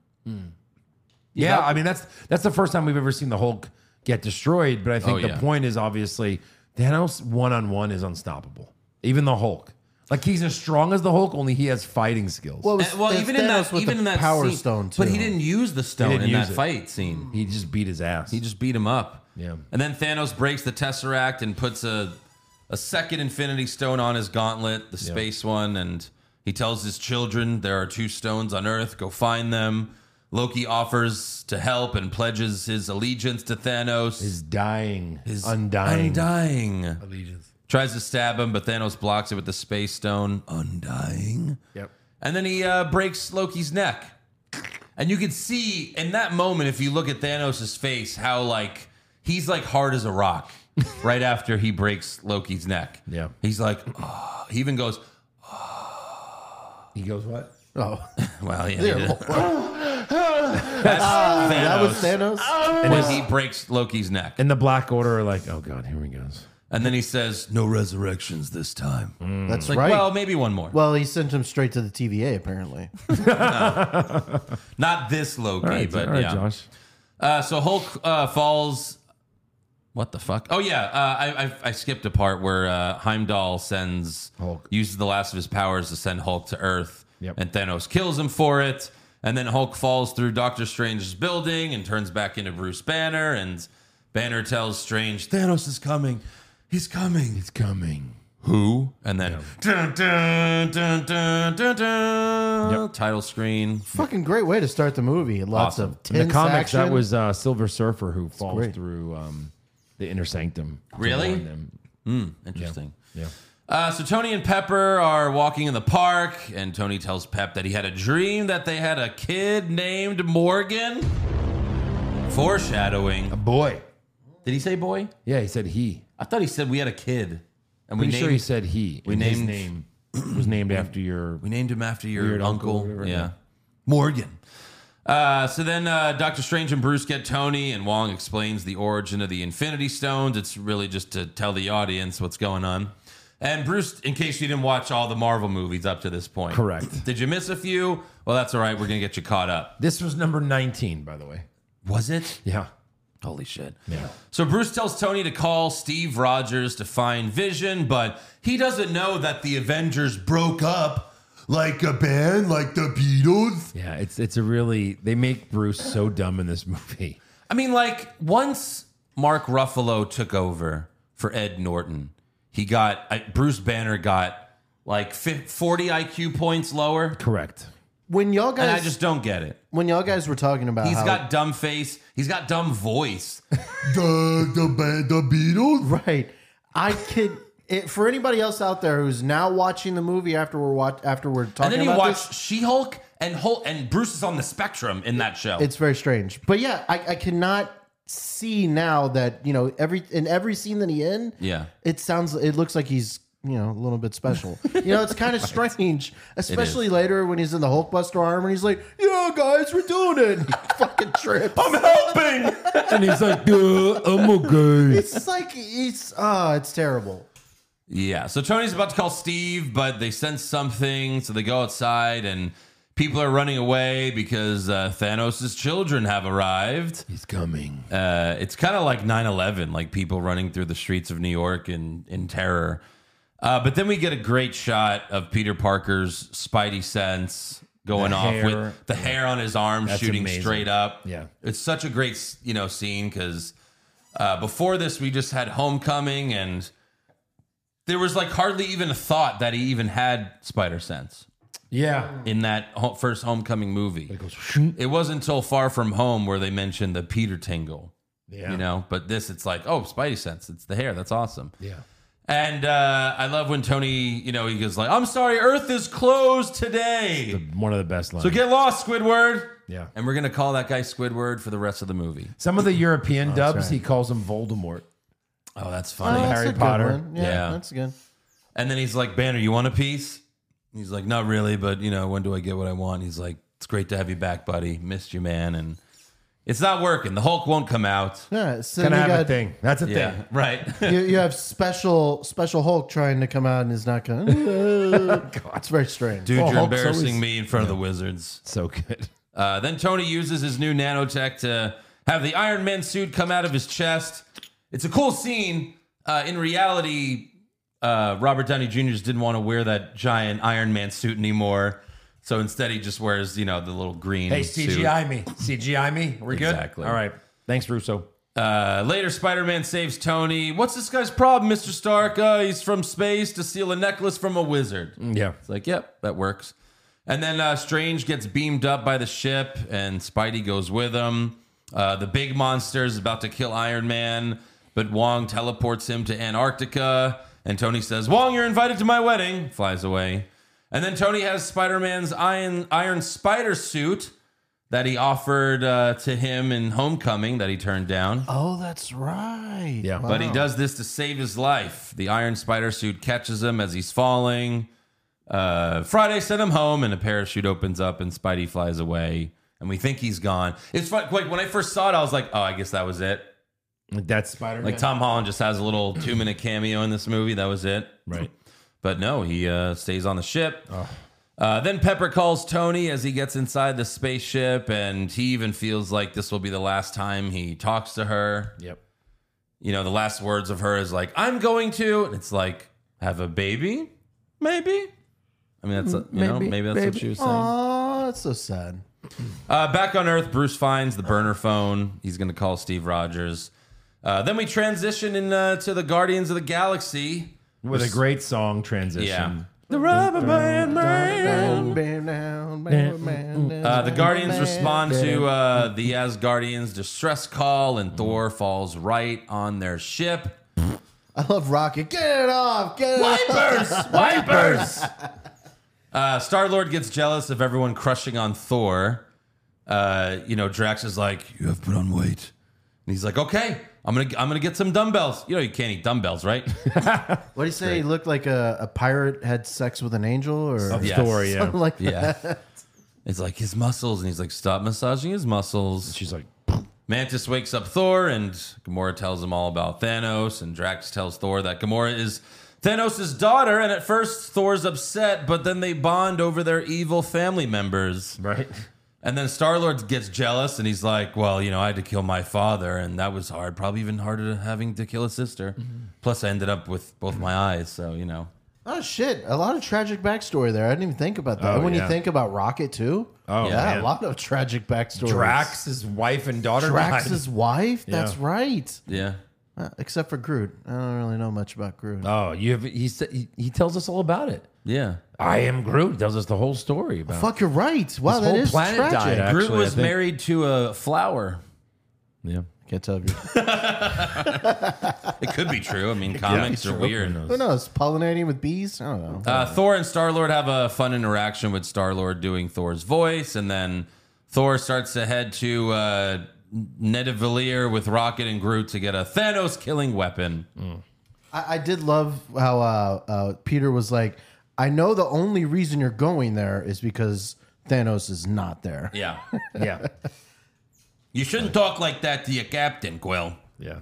Yeah, I mean that's that's the first time we've ever seen the Hulk get destroyed. But I think Oh, the yeah. point is obviously Thanos one on one is unstoppable. Even the Hulk, like he's as strong as the Hulk, only he has fighting skills. Well, it was- And- well, it's even in Thanos that, with even the in that Power scene- Stone too. but he didn't use the stone didn't in use that it. fight scene. he just beat his ass. He just beat him up. Yeah. And then Thanos breaks the Tesseract and puts a a second Infinity Stone on his gauntlet, the space one, and he tells his children there are two stones on Earth, go find them. Loki offers to help and pledges his allegiance to Thanos. is dying, His undying. Undying. Allegiance. Tries to stab him, but Thanos blocks it with the space stone. Undying. Yep. And then he uh, breaks Loki's neck. And you can see in that moment, if you look at Thanos' face, how like he's like hard as a rock right after he breaks Loki's neck. Yeah. He's like, "Ah." he even goes, He goes what? Oh, well, yeah. Yeah. That's Ah, Thanos. that was Thanos. when he breaks Loki's neck. And the Black Order are like, oh god, here he goes. And then he says, no resurrections this time. That's Like, right. well, Well, maybe one more. he sent him straight to the TVA apparently. Not this Loki, All right, but all right, yeah. Josh. Uh, so Hulk uh, falls. What the fuck? Oh yeah, uh, I, I I skipped a part where uh, Heimdall sends Hulk. uses the last of his powers to send Hulk to Earth, Yep. and Thanos kills him for it. And then Hulk falls through Doctor Strange's building and turns back into Bruce Banner. And Banner tells Strange, "Thanos is coming. He's coming. It's coming. Who?" And then dun, dun, dun, dun, dun, dun, title screen. Fucking great way to start the movie. Lots Awesome. of In the tense comics, that action. was uh, Silver Surfer who falls great. through um, the inner sanctum. to Really? warn them. Interesting. Yeah. Uh, so Tony and Pepper are walking in the park, and Tony tells Pep that he had a dream that they had a kid named Morgan. Foreshadowing. Boy. Did he say boy? Yeah, he said he. I thought he said we had a kid, and we Pretty named sure he said he. we and his named- name was named after your. we named him after your Weird uncle. uncle, whatever, yeah, yeah. Morgan. Uh, so then uh, Doctor Strange and Bruce get Tony, and Wong explains the origin of the Infinity Stones. It's really just to tell the audience what's going on. And Bruce, in case you didn't watch all the Marvel movies up to this point, Correct. Did you miss a few? Well, that's all right. We're gonna get you caught up. This was number 19, by the way. Was it? Yeah. Holy shit. Yeah. So Bruce tells Tony to call Steve Rogers to find Vision, but he doesn't know that the Avengers broke up like a band, like the Beatles. Yeah. It's it's a really they make Bruce so dumb in this movie. I mean, like once Mark Ruffalo took over for Ed Norton, he got I, Bruce Banner got like fif- 40 IQ points lower, Correct. when y'all and I guys just don't get it. when y'all guys were talking Uh-huh. about He's how, got dumb face. He's got dumb voice. The, the, ba- the Beatles? right. I could. It, for anybody else out there who's now watching the movie after we're watch, after we're talking And then he about this, watched She-Hulk and Hulk, and Bruce is on the spectrum in that show. It's very strange. But yeah, I, I cannot see now that, you know, every in every scene that he in, Yeah. it sounds it looks like he's you know, a little bit special. You know, it's kind of strange, especially later when he's in the Hulkbuster arm and he's like, "Yeah, guys, we're doing it." And he fucking trips. I'm helping. And he's like, "Duh, I'm okay. It's like it's uh it's terrible. Yeah. So Tony's about to call Steve, but they sense something. So they go outside, and People are running away because uh, Thanos' children have arrived. He's coming. Uh, it's kind of like 9-11 like people running through the streets of new york in, in terror uh, but then we get a great shot of peter parker's spidey sense going The off hair. with the hair on his arm That's shooting amazing. straight up Yeah. it's such a great s- you know scene because uh, before this we just had homecoming and there was like hardly even a thought that he even had spider sense Yeah. in that ho- first homecoming movie it, wasn't until far from home where they mentioned the peter tingle Yeah. you know but this it's like oh spidey sense it's the hair that's awesome Yeah. and uh, i love when tony you know he goes like i'm sorry earth is closed The- today one of the best lines. so get lost squidward yeah. and we're gonna call that guy squidward for the rest of the movie Some of the European dubs, he calls him Voldemort. oh that's Oh, funny that's Harry a good Potter. one. Yeah, Yeah. that's good. and then he's like banner you want a piece And he's like not really but you know when do i get what i want he's like it's great to have you back buddy missed you man and it's not working the hulk won't come out Yeah, so Can I you have a got- thing? That's a yeah thing. right you, you have special special Hulk trying to come out and is not going. it's very strange. Dude, Well, you're Hulk's embarrassing always- me in front of the wizards. So good. Uh, then Tony uses his new nanotech to have the Iron Man suit come out of his chest. It's a cool scene. Uh, in reality, uh, Robert Downey Jr. just didn't want to wear that giant Iron Man suit anymore. So instead, he just wears, you know, the little green. Hey, suit. CGI me. CGI me. We're good? Exactly. All right. Thanks, Russo. Uh, later, Spider Man saves Tony. What's this guy's problem, Mr. Stark? Uh, he's from space to steal a necklace from a wizard. Yeah. It's like, yep, that works. And then uh, Strange gets beamed up by the ship, and Spidey goes with him. Uh, the big monster is about to kill Iron Man, but Wong teleports him to Antarctica. And Tony says, Wong, you're invited to my wedding. Flies away. And then Tony has Spider Man's iron, iron spider suit that he offered uh, to him in Homecoming that he turned down. Oh, that's right. Yeah. But he does this to save his life. The iron spider suit catches him as he's falling. Uh, Friday sent him home, and a parachute opens up, and Spidey flies away. And we think he's gone. It's fun. Like when I first saw it, I was like, "Oh, I guess that was it." That's Spider Like Tom Holland just has a little two-minute cameo in this movie. That was it. Right. But no, he uh, stays on the ship. Uh, then Pepper calls Tony as he gets inside the spaceship, and he even feels like this will be the last time he talks to her. Yep. You know, the last words of her is like, "I'm going to," and it's like, "Have a baby, maybe." I mean, that's a, you know, maybe that's what she was saying. Oh, that's so sad. Uh, back on Earth, Bruce finds the burner phone. He's going to call Steve Rogers. Uh, then we transition in, uh, to the Guardians of the Galaxy. With a great song transition. Yeah. The rubber band man. Uh, Uh, the Guardians respond to uh, the Asgardians' distress call, and Thor falls right on their ship. I love Rocket. Get it off. Get it off. Wipers! Wipers! Uh, Star Lord gets jealous of everyone crushing on Thor. Uh, you know, Drax is like, "You have put on weight," and he's like, "Okay, I'm gonna, I'm gonna get some dumbbells." You know, you can't eat dumbbells, right? What do you say? He looked like a, a pirate had sex with an angel, Oh, or Yes. Thor, yeah. something like that. Yeah. It's like his muscles, and he's like, "Stop massaging his muscles." She's like, Mantis wakes up Thor, and Gamora tells him all about Thanos, and Drax tells Thor that Gamora is Thanos' daughter, and at first Thor's upset, but then they bond over their evil family members. right? And then Star Lord gets jealous, and he's like, "Well, you know, I had to kill my father, and that was hard. Probably even harder than having to kill a sister. Plus, I ended up with both my eyes, so you know." Oh shit! A lot of tragic backstory there. I didn't even think about that. Oh, when yeah. you think about Rocket too, Oh, yeah, man. a lot of tragic backstory. Drax's wife and daughter. Drax's died. wife. That's Yeah. right. Yeah. Uh, except for Groot, I don't really know much about Groot. Oh, you have. He said he, he tells us all about it. Yeah. I am Groot. Tells us the whole story about. Fuck, you're right. Wow, that whole is planet tragic. died, huh? Groot Actually, I was think- married to a flower. Can't tell you. It could be true. I mean, comics are weird. Who knows? Pollinating with bees? I don't know. Uh, Thor and Star Lord have a fun interaction with Star Lord doing Thor's voice, and then Thor starts to head to uh, Nidavellir with Rocket and Groot to get a Thanos killing weapon. I, I did love how uh, uh, Peter was like, I know the only reason you're going there is because Thanos is not there. Yeah, Yeah. you shouldn't talk like that to your captain, Quill. Yeah.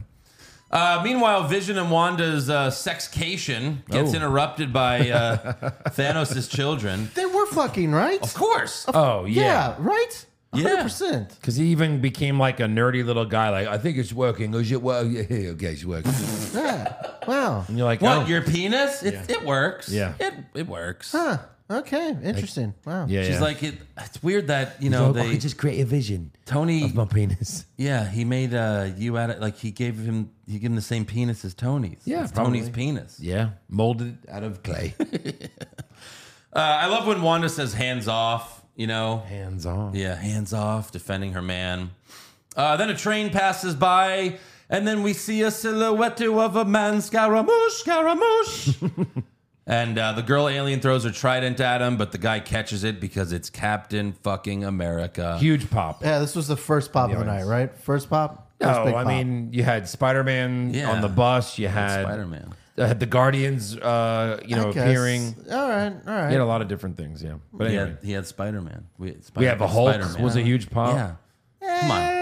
Uh, meanwhile, Vision and Wanda's uh, sexcation gets interrupted by uh, Thanos' children. They were fucking, right? Of course. Oh yeah. yeah. right? Yeah. 100%. Because he even became like a nerdy little guy. Like I think it's working. Is it working? Yeah, okay, it's working. and Yeah. Wow. you're like, What oh, your penis? It, it works. Yeah. it it works. Huh. Okay. Interesting. Wow. Yeah, She's yeah. like it. It's weird that you know "Oh, they create a vision Tony. penis. Yeah, he made uh you out of like he gave him he gave him the same penis as Tony's. Yeah, It's Tony's probably. penis. Yeah, molded out of clay. Uh, I love when Wanda says hands off. You know, Hands on. Yeah, hands off, defending her man. Uh, then a train passes by, and then we see a silhouette of a man, Scaramouche, Scaramouche. and uh, the girl alien throws her trident at him, but the guy catches it because it's Captain fucking America. Huge pop. Yeah, this was the first pop of the night, right? First pop? First No, big I pop. mean you had Spider Man Yeah. on the bus. You had Spider Man. uh, the Guardians. Uh, you know, I guess. appearing. All right. All right. You had a lot of different things. Yeah, but He anyway, had, he had Spider Man. We, we have a Hulk. Was a huge pop. Yeah. Come on.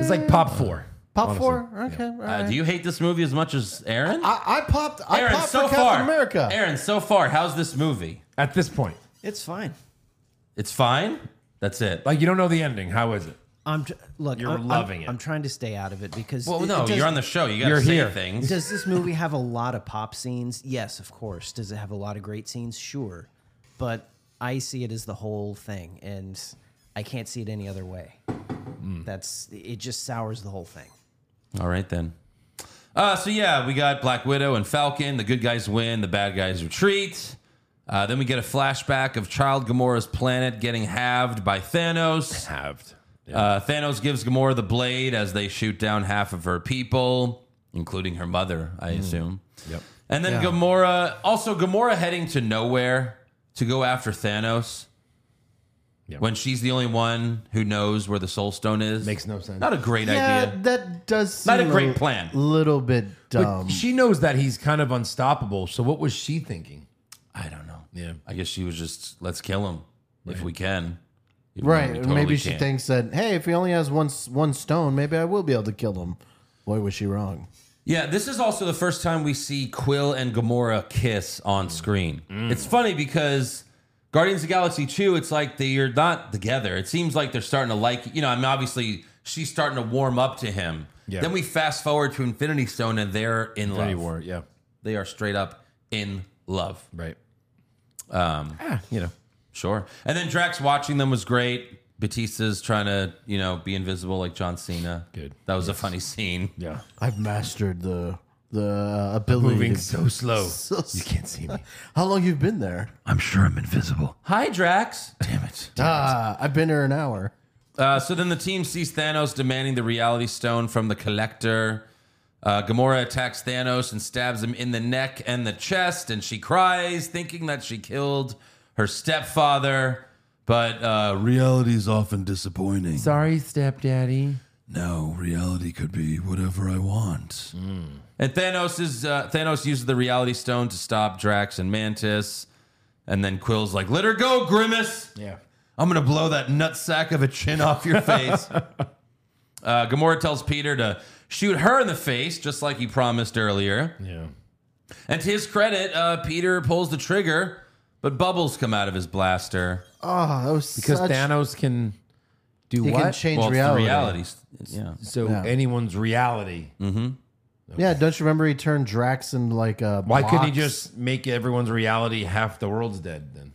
It's like pop four. pop four? Okay. All right. Uh, do you hate this movie as much as Aaron? I, I popped. I Aaron, popped so for Captain far. America. Aaron, so far, how's this movie? At this point, It's fine. It's fine. That's it. like you don't know the ending. How is it? I'm tr- look. You're I'm, I'm- loving it. I'm trying to stay out of it because. Well, it- it no, does- you're on the show. You got You're to say here. things. Does this movie have a lot of pop scenes? Yes, of course. Does it have a lot of great scenes? Sure, but I see it as the whole thing, and I can't see it any other way. Mm. That's it. Just sours the whole thing. All right then. Uh, so yeah, we got Black Widow and Falcon. The good guys win. The bad guys retreat. Uh, then we get a flashback of Child Gamora's planet getting halved by Thanos. Halved. Uh, Thanos gives Gamora the blade as they shoot down half of her people, including her mother, I Hmm. assume. Yep. And then Gamora, also Gamora heading to nowhere to go after Thanos. Yep. When she's the only one who knows where the Soul Stone is, Makes no sense. Not a great yeah, idea. that does seem Not a great little- plan. Little bit But dumb. she knows that he's kind of unstoppable. So what was she thinking? I don't know. Yeah. I guess she was just let's kill him if we can. Even though right. we totally maybe she can't. thinks that hey, if he only has one s- one stone, maybe I will be able to kill him. Boy, was she wrong. Yeah, this is also the first time we see Quill and Gamora kiss Mm. on screen. It's funny because Guardians of the Galaxy 2, it's like they're not together. It seems like they're starting to like, you know, I mean, obviously she's starting to warm up to him. Yeah. Then we fast forward to Infinity Stone and they're in love. Infinity War. Yeah, They are straight up in love. right. Um, Ah, You know. Sure. And then Drax watching them was great. Batista's trying to, you know, be invisible like John Cena. Good. That was a funny scene. Yeah, I've mastered the the uh, ability. Moving to- so slow. So you can't see me. How long you've been there? I'm sure I'm invisible. Hi, Drax. Damn it. Ah, I've been here an hour. Uh, so then the team sees Thanos demanding the Reality Stone from the Collector. Uh, Gamora attacks Thanos and stabs him in the neck and the chest, and she cries, thinking that she killed her stepfather. But uh, Reality is often disappointing. Sorry, stepdaddy. Now, reality could be whatever I want. And Thanos is uh, Thanos uses the Reality Stone to stop Drax and Mantis, and then Quill's like, "Let her go, Grimace. yeah. I'm gonna blow that nutsack of a chin off your face." uh, Gamora tells Peter to shoot her in the face, just like he promised earlier. Yeah. And to his credit, uh, Peter pulls the trigger, but bubbles come out of his blaster. Oh, that was Because such, Thanos can do he what? can change Well, it's the reality. reality. It's- Yeah. so anyone's reality. Mm-hmm. Yeah, don't you remember he turned Drax into like a Why couldn't he box? just make everyone's reality half the world's dead then?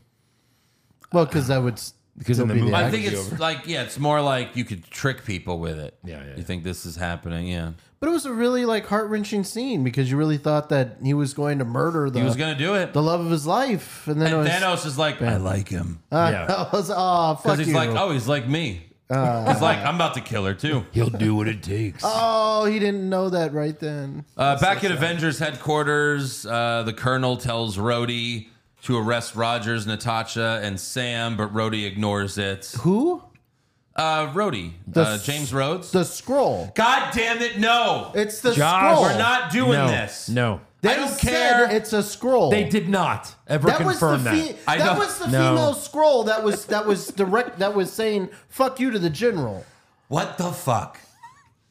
Well, because that would s- Because still in the be movie- I act- think it's like yeah, it's more like you could trick people with it. Yeah, yeah, Uh, You yeah. think this is happening? Yeah. But it was a really like heart wrenching scene because you really thought that he was going to murder the He was gonna do it. the love of his life, and then And it was, Thanos is like, I like him Uh, yeah. I was oh fuck because he's you. like, oh, he's like me. he's like, I'm about to kill her too. He'll do what it takes. oh, he didn't know that right then. Uh, back at Avengers headquarters, uh, the Colonel tells Rhodey to arrest Rogers, Natasha, and Sam, but Rhodey ignores it. Who Uh, Rhodey, uh, James Rhodes. the scroll? God damn it, no. It's the Josh, scroll. We're not doing No, this. no. They I don't said care. It's a scroll. they did not ever That was the confirm that. fe- I that know. was the No. female scroll that was that was direct that was saying fuck you to the general. What the fuck?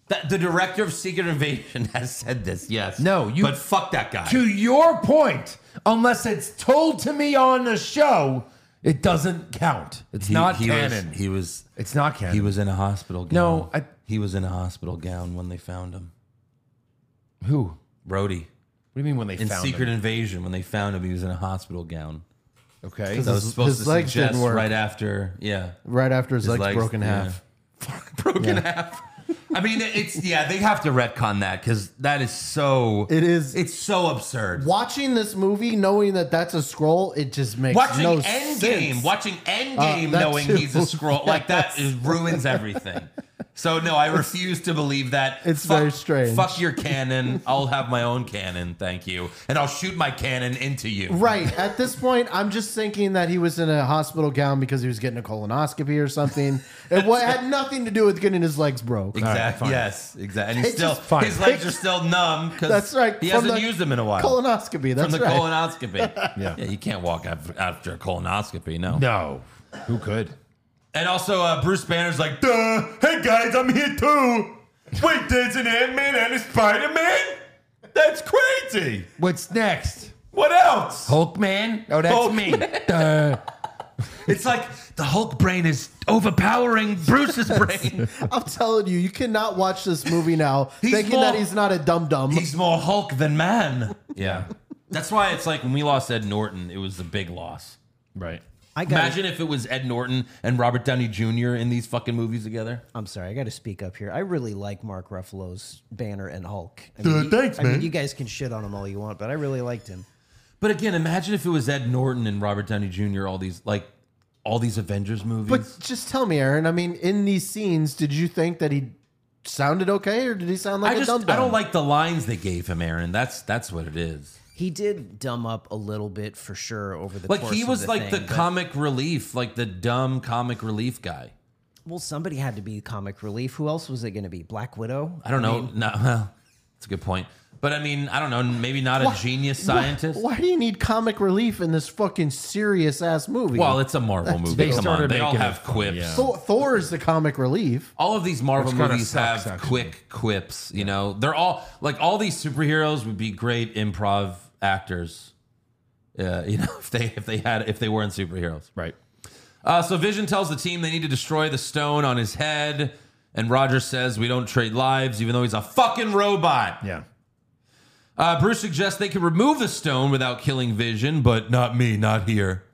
That, the director of Secret Invasion has said this, yes. No, you- But fuck that guy. to your point, unless it's told to me on the show, It doesn't count. It's He- not he canon. Was, he was it's not canon. he was in a hospital gown. No, I- he was in a hospital gown when they found him. who? What Brody do you mean when they in found Secret him? Invasion when they found him, he was in a hospital gown. Okay. That was His- supposed his to legs didn't suggest work. right after. Yeah, Right after his, His legs, legs, broke in yeah. half. broken half. I mean, it's yeah. They have to retcon that because that is so. It is It's so absurd. watching this movie, knowing that that's a scroll. It just makes Watching no Endgame, sense. Uh, watching Endgame, that knowing too. he's a scroll like that is, ruins everything. So no, I refuse to believe that. it's very strange. Fuck your cannon. I'll have my own cannon, thank you, and I'll shoot my cannon into you. Right. At this point, I'm just thinking that he was in a hospital gown because he was getting a colonoscopy or something. it wa- had nothing to do with getting his legs broke. Exactly. yes. Exactly. And he's It's still just fine. his legs are still numb because That's right. He From hasn't the used them in a while. Colonoscopy. That's from the right. colonoscopy. yeah. you can't walk af- after a colonoscopy, no. No. Who could? And also, uh, Bruce Banner's like, duh, hey guys, I'm here too. Wait, there's an Ant Man and a Spider Man? That's crazy. What's next? What else? Hulk man? Oh, that's Hulk me. Man. Duh. It's like the Hulk brain is overpowering Bruce's brain. I'm telling you, you cannot watch this movie now He's thinking that more- he's not a dum dum. He's more Hulk than man. Yeah. That's why it's like when we lost Ed Norton, it was a big loss. Right. I got. Imagine if it was Ed Norton and Robert Downey Jr. in these fucking movies together. I'm sorry, I got to speak up here. I really like Mark Ruffalo's Banner and Hulk. I mean, you- thanks, I mean, man. you guys can shit on him all you want, but I really liked him. But again, imagine if it was Ed Norton and Robert Downey Jr. All these like all these Avengers movies. But just tell me, Aaron. I mean, in these scenes, did you think that he sounded okay, or did he sound like I a just dum dum? I don't like the lines they gave him, Aaron. That's that's what it is. He did dumb up a little bit for sure over the Like course he of was like thing, the but- comic relief, like the dumb comic relief guy. well, somebody had to be comic relief. Who else was it going to be? Black Widow. I don't know. no, well, it's a good point. But I mean, I don't know. Maybe not a genius scientist. Why do you need comic relief in this fucking serious ass movie? Well, it's a Marvel movie. they Come on, started they all making it have fun, quips. yeah. Thor, Thor is the comic relief. all of these Marvel Which kinda movies sucks, have actually. quick quips. You know, they're all like all these superheroes would be great improv actors. Uh, you know, if they if they had if they weren't superheroes. Right. Uh, so Vision tells the team they need to destroy the stone on his head, and Roger says we don't trade lives, even though he's a fucking robot. Yeah. Uh, Bruce suggests they could remove the stone without killing Vision, but not me, not here.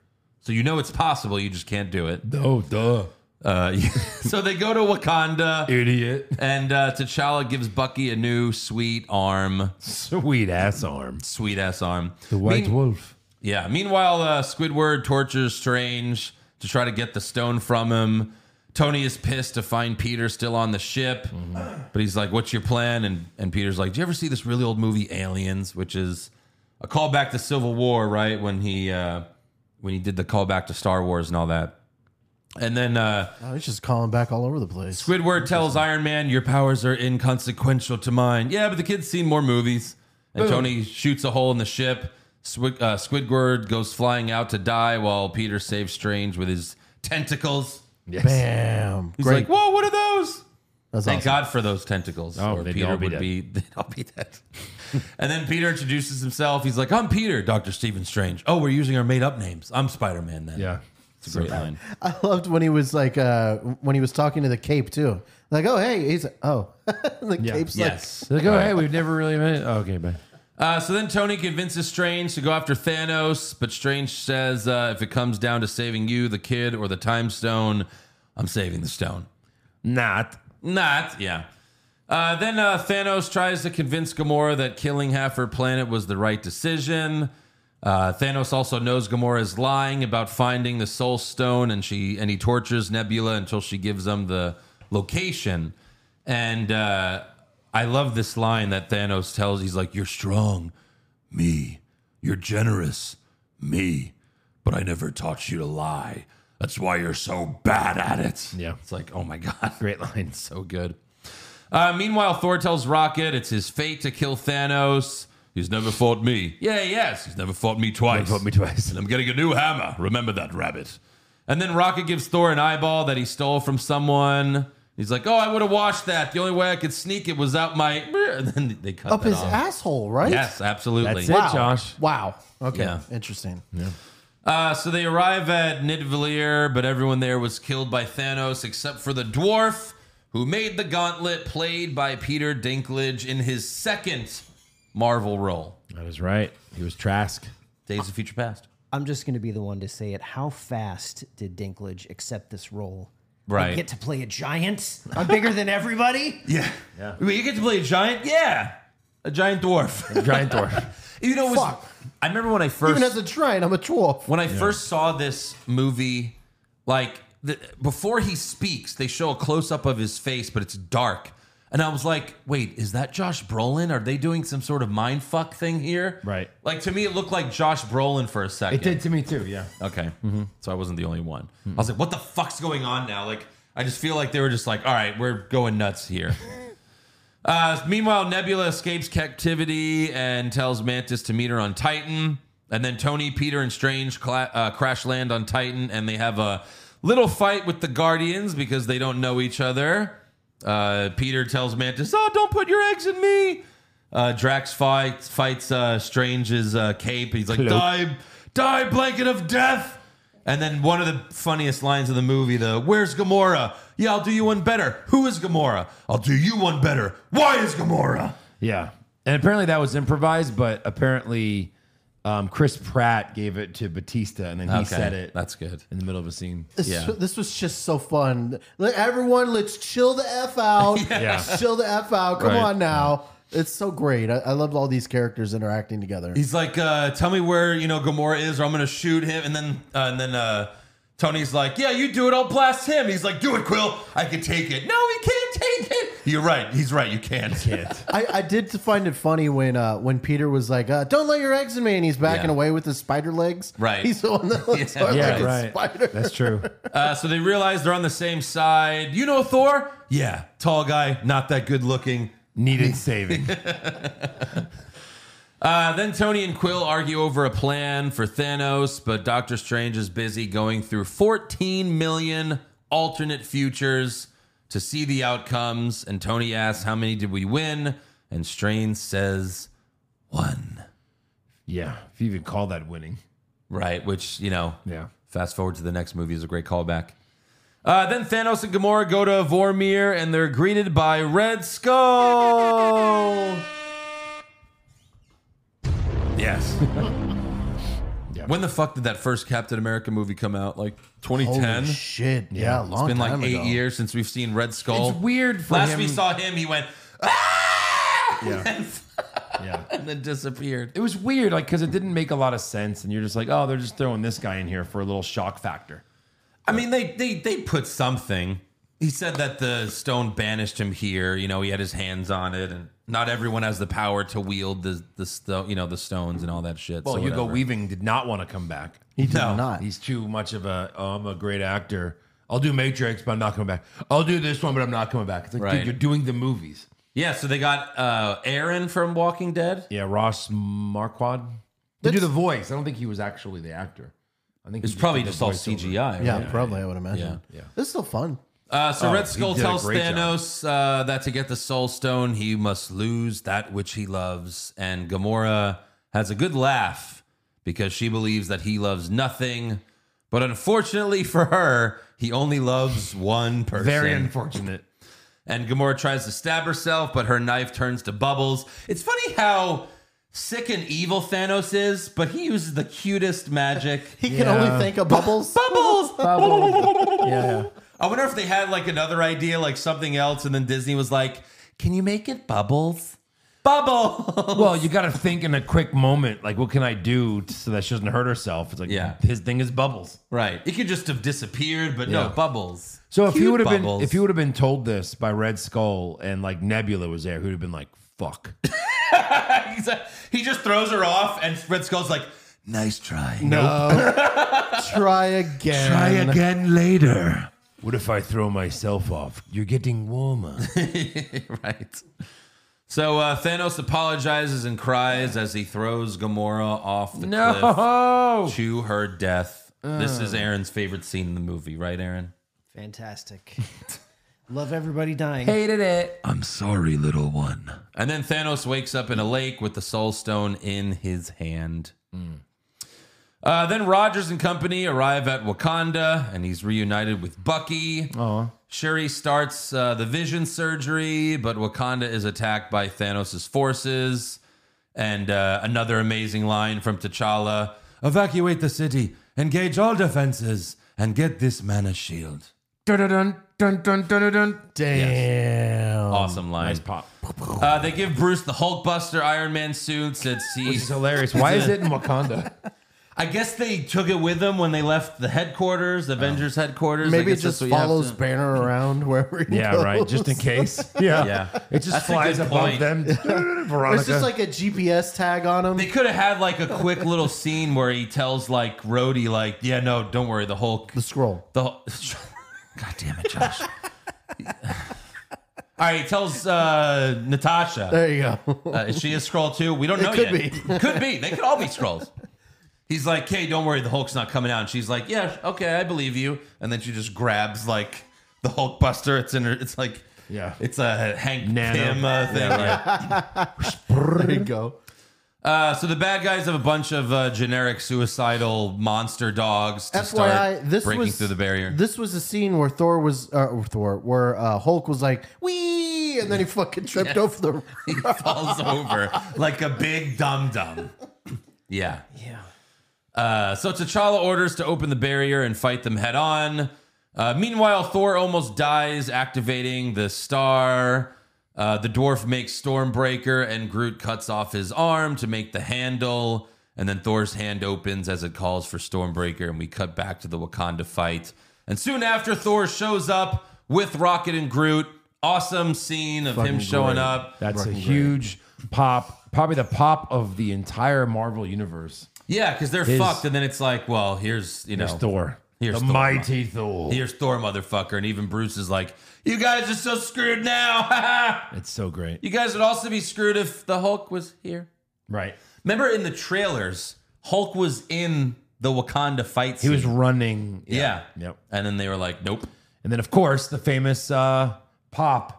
So you know it's possible, you just can't do it. Oh, duh. Uh, so they go to Wakanda. Idiot. And uh, T'Challa gives Bucky a new sweet arm, Sweet ass arm. sweet ass arm. The White Mean- Wolf. yeah. Meanwhile, uh, Squidward tortures Strange to try to get the stone from him. Tony is pissed to find Peter still on the ship, but he's like, "What's your plan?" And and Peter's like, "Do you ever see this really old movie Aliens?" Which is a callback to Civil War, right? When he uh, when he did the callback to Star Wars and all that. And then uh, Oh, he's just calling back all over the place. Squidward tells Iron Man, "Your powers are inconsequential to mine." Yeah, but the kid's seen more movies. And Tony shoots a hole in the ship. Squid, uh, Squidward goes flying out to die, while Peter saves Strange with his tentacles. Bam! He's like, Great. "Whoa, what are those?" That's Thank awesome. God for those tentacles. Oh, or they'd Peter all be would dead. be. They'd all be dead. and then Peter introduces himself. He's like, "I'm Peter, Doctor Stephen Strange." Oh, we're using our made-up names. I'm Spider-Man. Then Yeah. it's a great line. I loved when he was like, uh, when he was talking to the Cape too. Like, oh hey, he's oh, the Cape's Yes. They're like, oh, hey, we've never really met. Oh, okay, bye. Uh, so then Tony convinces Strange to go after Thanos, but Strange says, uh, if it comes down to saving you, the kid, or the time stone, I'm saving the stone. Not. Not, yeah. Uh, then uh, Thanos tries to convince Gamora that killing half her planet was the right decision. Uh, Thanos also knows Gamora is lying about finding the Soul Stone, and she and he tortures Nebula until she gives him the location. And uh, I love this line that Thanos tells. He's like, "You're strong, Me. You're generous. Me. But I never taught you to lie. That's why you're so bad at it. Yeah. It's like, oh my god, Great line. so good. Uh, meanwhile, Thor tells Rocket it's his fate to kill Thanos. He's never fought me. Yeah, yes, he's never fought me twice. Put me twice. And I'm getting a new hammer. Remember that, rabbit. And then Rocket gives Thor an eyeball that he stole from someone. He's like, "Oh, I would have washed that. The only way I could sneak it was out my." And then they cut up that his off. asshole, right? Yes, absolutely. That's it, Josh. Wow. Okay. Yeah. Interesting. Uh, so they arrive at Nidvalir, but everyone there was killed by Thanos except for the dwarf who made the gauntlet, played by Peter Dinklage in his second Marvel role. That is right. He was Trask. Days of Future Past. I'm just going to be the one to say it. How fast did Dinklage accept this role? I Right. get to play a giant. I'm bigger than everybody. yeah. yeah. You get to play a giant? Yeah. A giant dwarf. Giant dwarf. you know, it was- Fuck. I remember when I first. Even as a giant, I'm a dwarf. When I first saw this movie, like the, before he speaks, they show a close up of his face, but it's dark. And I was like, wait, is that Josh Brolin? Are they doing some sort of mind fuck thing here? Right. Like to me, it looked like Josh Brolin for a second. It did to me too. Yeah. Okay. So I wasn't the only one. I was like, what the fuck's going on now? Like, I just feel like they were just like, all right, we're going nuts here. uh, meanwhile, Nebula escapes captivity and tells Mantis to meet her on Titan. And then Tony, Peter, and Strange cla- uh, crash land on Titan, and they have a little fight with the Guardians because they don't know each other. Uh, Peter tells Mantis, "Oh, don't put your eggs in me." Uh, Drax fights fights uh, Strange's uh, cape. He's like, "Die, die, blanket of death!" And then one of the funniest lines of the movie, the "Where's Gamora?" Yeah, I'll do you one better. Who is Gamora? I'll do you one better. Why is Gamora? Yeah. And apparently that was improvised, but apparently um, Chris Pratt gave it to Batista and then he Okay, said it That's good. in the middle of a scene. This, this was just so fun. Let- Everyone, let's chill the f out. Chill the f out. Come Right. on now. It's so great. I, I loved all these characters interacting together. He's like, uh, "Tell me where you know Gamora is, or I'm gonna shoot him." And then, uh, and then uh, Tony's like, "Yeah, you do it. I'll blast him." He's like, "Do it, Quill. I can take it." No, he can't take it. You're right. He's right. You can't. Can't. I, I did find it funny when uh, when Peter was like, uh, "Don't lay your eggs in me," and he's backing Yeah. away with his spider legs. Right. He's the one that looks Yeah. yeah, Yeah, like a right. spider. That's true. uh, so they realize they're on the same side. You know Thor? Yeah, tall guy, not that good looking. Needed saving. Uh, then Tony and Quill argue over a plan for Thanos, but Doctor Strange is busy going through 14 million alternate futures to see the outcomes. And Tony asks, How many did we win? And Strange says, One. Yeah. If you even call that winning. Right, which, you know, Yeah. Fast forward to the next movie is a great callback. Uh, then Thanos and Gamora go to Vormir and they're greeted by Red Skull. Yes. When the fuck did that first Captain America movie come out? Like 2010? Holy shit! Yeah, a long it's been like time eight ago. years since we've seen Red Skull. It's weird for Last him- we saw him, he went, ah! Yeah. and then disappeared. It was weird, like, because it didn't make a lot of sense. And you're just like, oh, they're just throwing this guy in here for a little shock factor. I mean, they they they put something. He said that the stone banished him here. You know, he had his hands on it, and not everyone has the power to wield the the stone. You know, the stones and all that shit. Well, so Hugo whatever. Weaving did not want to come back. He did No. not. He's too much of a, oh, I'm a great actor. I'll do Matrix, but I'm not coming back. I'll do this one, but I'm not coming back. It's like, Right. dude, you're doing the movies. Yeah, so they got uh Aaron from Walking Dead. Yeah, Ross Marquand. They do the voice. I don't think he was actually the actor. I think It's he probably did the just all voiceover. CGI. Right? yeah, probably. I would imagine. Yeah. This is still fun. Uh, so Oh, Red he Skull did a tells great job. Thanos uh, that to get the Soul Stone, he must lose that which he loves. And Gamora has a good laugh because she believes that he loves nothing. But unfortunately for her, he only loves one person. Very unfortunate. and Gamora tries to stab herself, but her knife turns to bubbles. It's funny how sick and evil Thanos is, but he uses the cutest magic. He can only think of bubbles. bubbles! yeah. I wonder if they had like another idea, like something else, and then Disney was like, "Can you make it bubbles? Bubble." Well, you got to think in a quick moment, like, what can I do t- so that she doesn't hurt herself? It's like, Yeah. his thing is bubbles. right. It could just have disappeared, but no Yeah. bubbles. So if you Cute would have been bubbles. if you would have been told this by Red Skull and like Nebula was there, who'd have been like, "Fuck." He's like- he just throws her off, and Red Skull's like, "Nice try." Try again. again later. What if I throw myself off? You're getting warmer. right. So uh, Thanos apologizes and cries as he throws Gamora off the Oh! cliff to her death. This is Aaron's favorite scene in the movie, right, Aaron? Fantastic. Love everybody dying. I'm sorry, little one. And then Thanos wakes up in a lake with the Soul Stone in his hand. Uh, then Rogers and company arrive at Wakanda, and he's reunited with Bucky. Shuri starts uh, the vision surgery, but Wakanda is attacked by Thanos' forces. And uh, another amazing line from T'Challa Evacuate the city, engage all defenses, and get this man a shield. Dun dun dun dun dun dun. Damn. Awesome line. Nice pop. Uh, they give Bruce the Hulkbuster Iron Man suits. It's he's It's hilarious. Why is it in Wakanda? I guess they took it with them when they left the headquarters, Avengers headquarters. I Oh. Maybe it guess that's just what you have follows to- Banner around wherever he yeah, goes. right. Just in case. Yeah. Yeah. It just That's a flies good above point. them. Veronica. It's just like a GPS tag on him. They could have had like a quick little scene where he tells like Rhodey, like, "Yeah, no, don't worry, the Hulk." the scroll. The Hul- God damn it, Josh. All right, he tells uh, Natasha, There you go. uh, "Is she a scroll too?" We don't know could yet. Be. could be. They could all be scrolls. He's like, "Hey, don't worry, the Hulk's not coming out." And she's like, "Yeah, okay, I believe you." And then she just grabs like the Hulk Buster. It's in her. It's like. Yeah. It's a Hank Nano. Pym uh, thing. there you go. Uh, so the bad guys have a bunch of uh, generic suicidal monster dogs to FYI, start this breaking was through the barrier. This was a scene where Thor was, uh, or Thor, where uh, Hulk was like, "Wee," and then he fucking tripped over the. he falls over like a big dum dum. Yeah. Yeah. Uh, so T'Challa orders to open the barrier and fight them head on. Uh, meanwhile, Thor almost dies activating the star. Uh, the dwarf makes Stormbreaker, and Groot cuts off his arm to make the handle. And then Thor's hand opens as it calls for Stormbreaker, and we cut back to the Wakanda fight. And soon after, Thor shows up with Rocket and Groot. Awesome scene of him showing up. That's a huge pop. Probably the pop of the entire Marvel universe. Yeah, because they're His- fucked, and then it's like, well, here's you know, There's Thor. Here's the Thor. mighty Thor. here's Thor, motherfucker, and even Bruce is like, you guys are so screwed now. It's so great. you guys would also be screwed if the Hulk was here. Right. Remember in the trailers, Hulk was in the Wakanda fight. He Scene. was running. yeah, Yep. and then they were like, nope. And then, of course, the famous uh, pop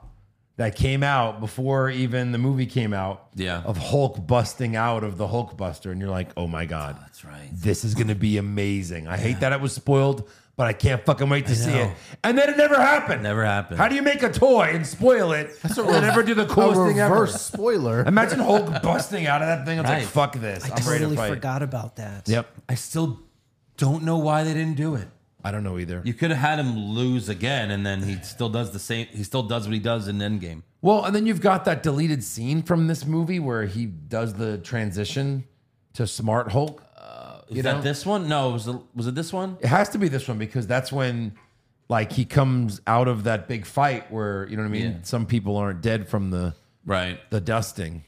that came out before even the movie came out. Yeah. Of Hulk busting out of the Hulk Buster. And you're like, oh my God. That's right. This is going to be amazing. I hate that it was spoiled, but I can't fucking wait to see it. And then it never happened. Never happened. How do you make a toy and spoil it and then never do the A coolest thing ever? reverse spoiler. Imagine Hulk busting out of that thing. It's Right. like, fuck this. I'm ready to totally fight. forgot about that. Yep. I still don't know why they didn't do it. I don't know either. You could have had him lose again, and then he still does the same. He still does what he does in Endgame. Well, and then you've got that deleted scene from this movie where he does the transition to Smart Hulk. Is that this one? No, was it, was it this one? It has to be this one because that's when like he comes out of that big fight where, you know what I mean? Yeah. Some people aren't dead from the Right. the dusting.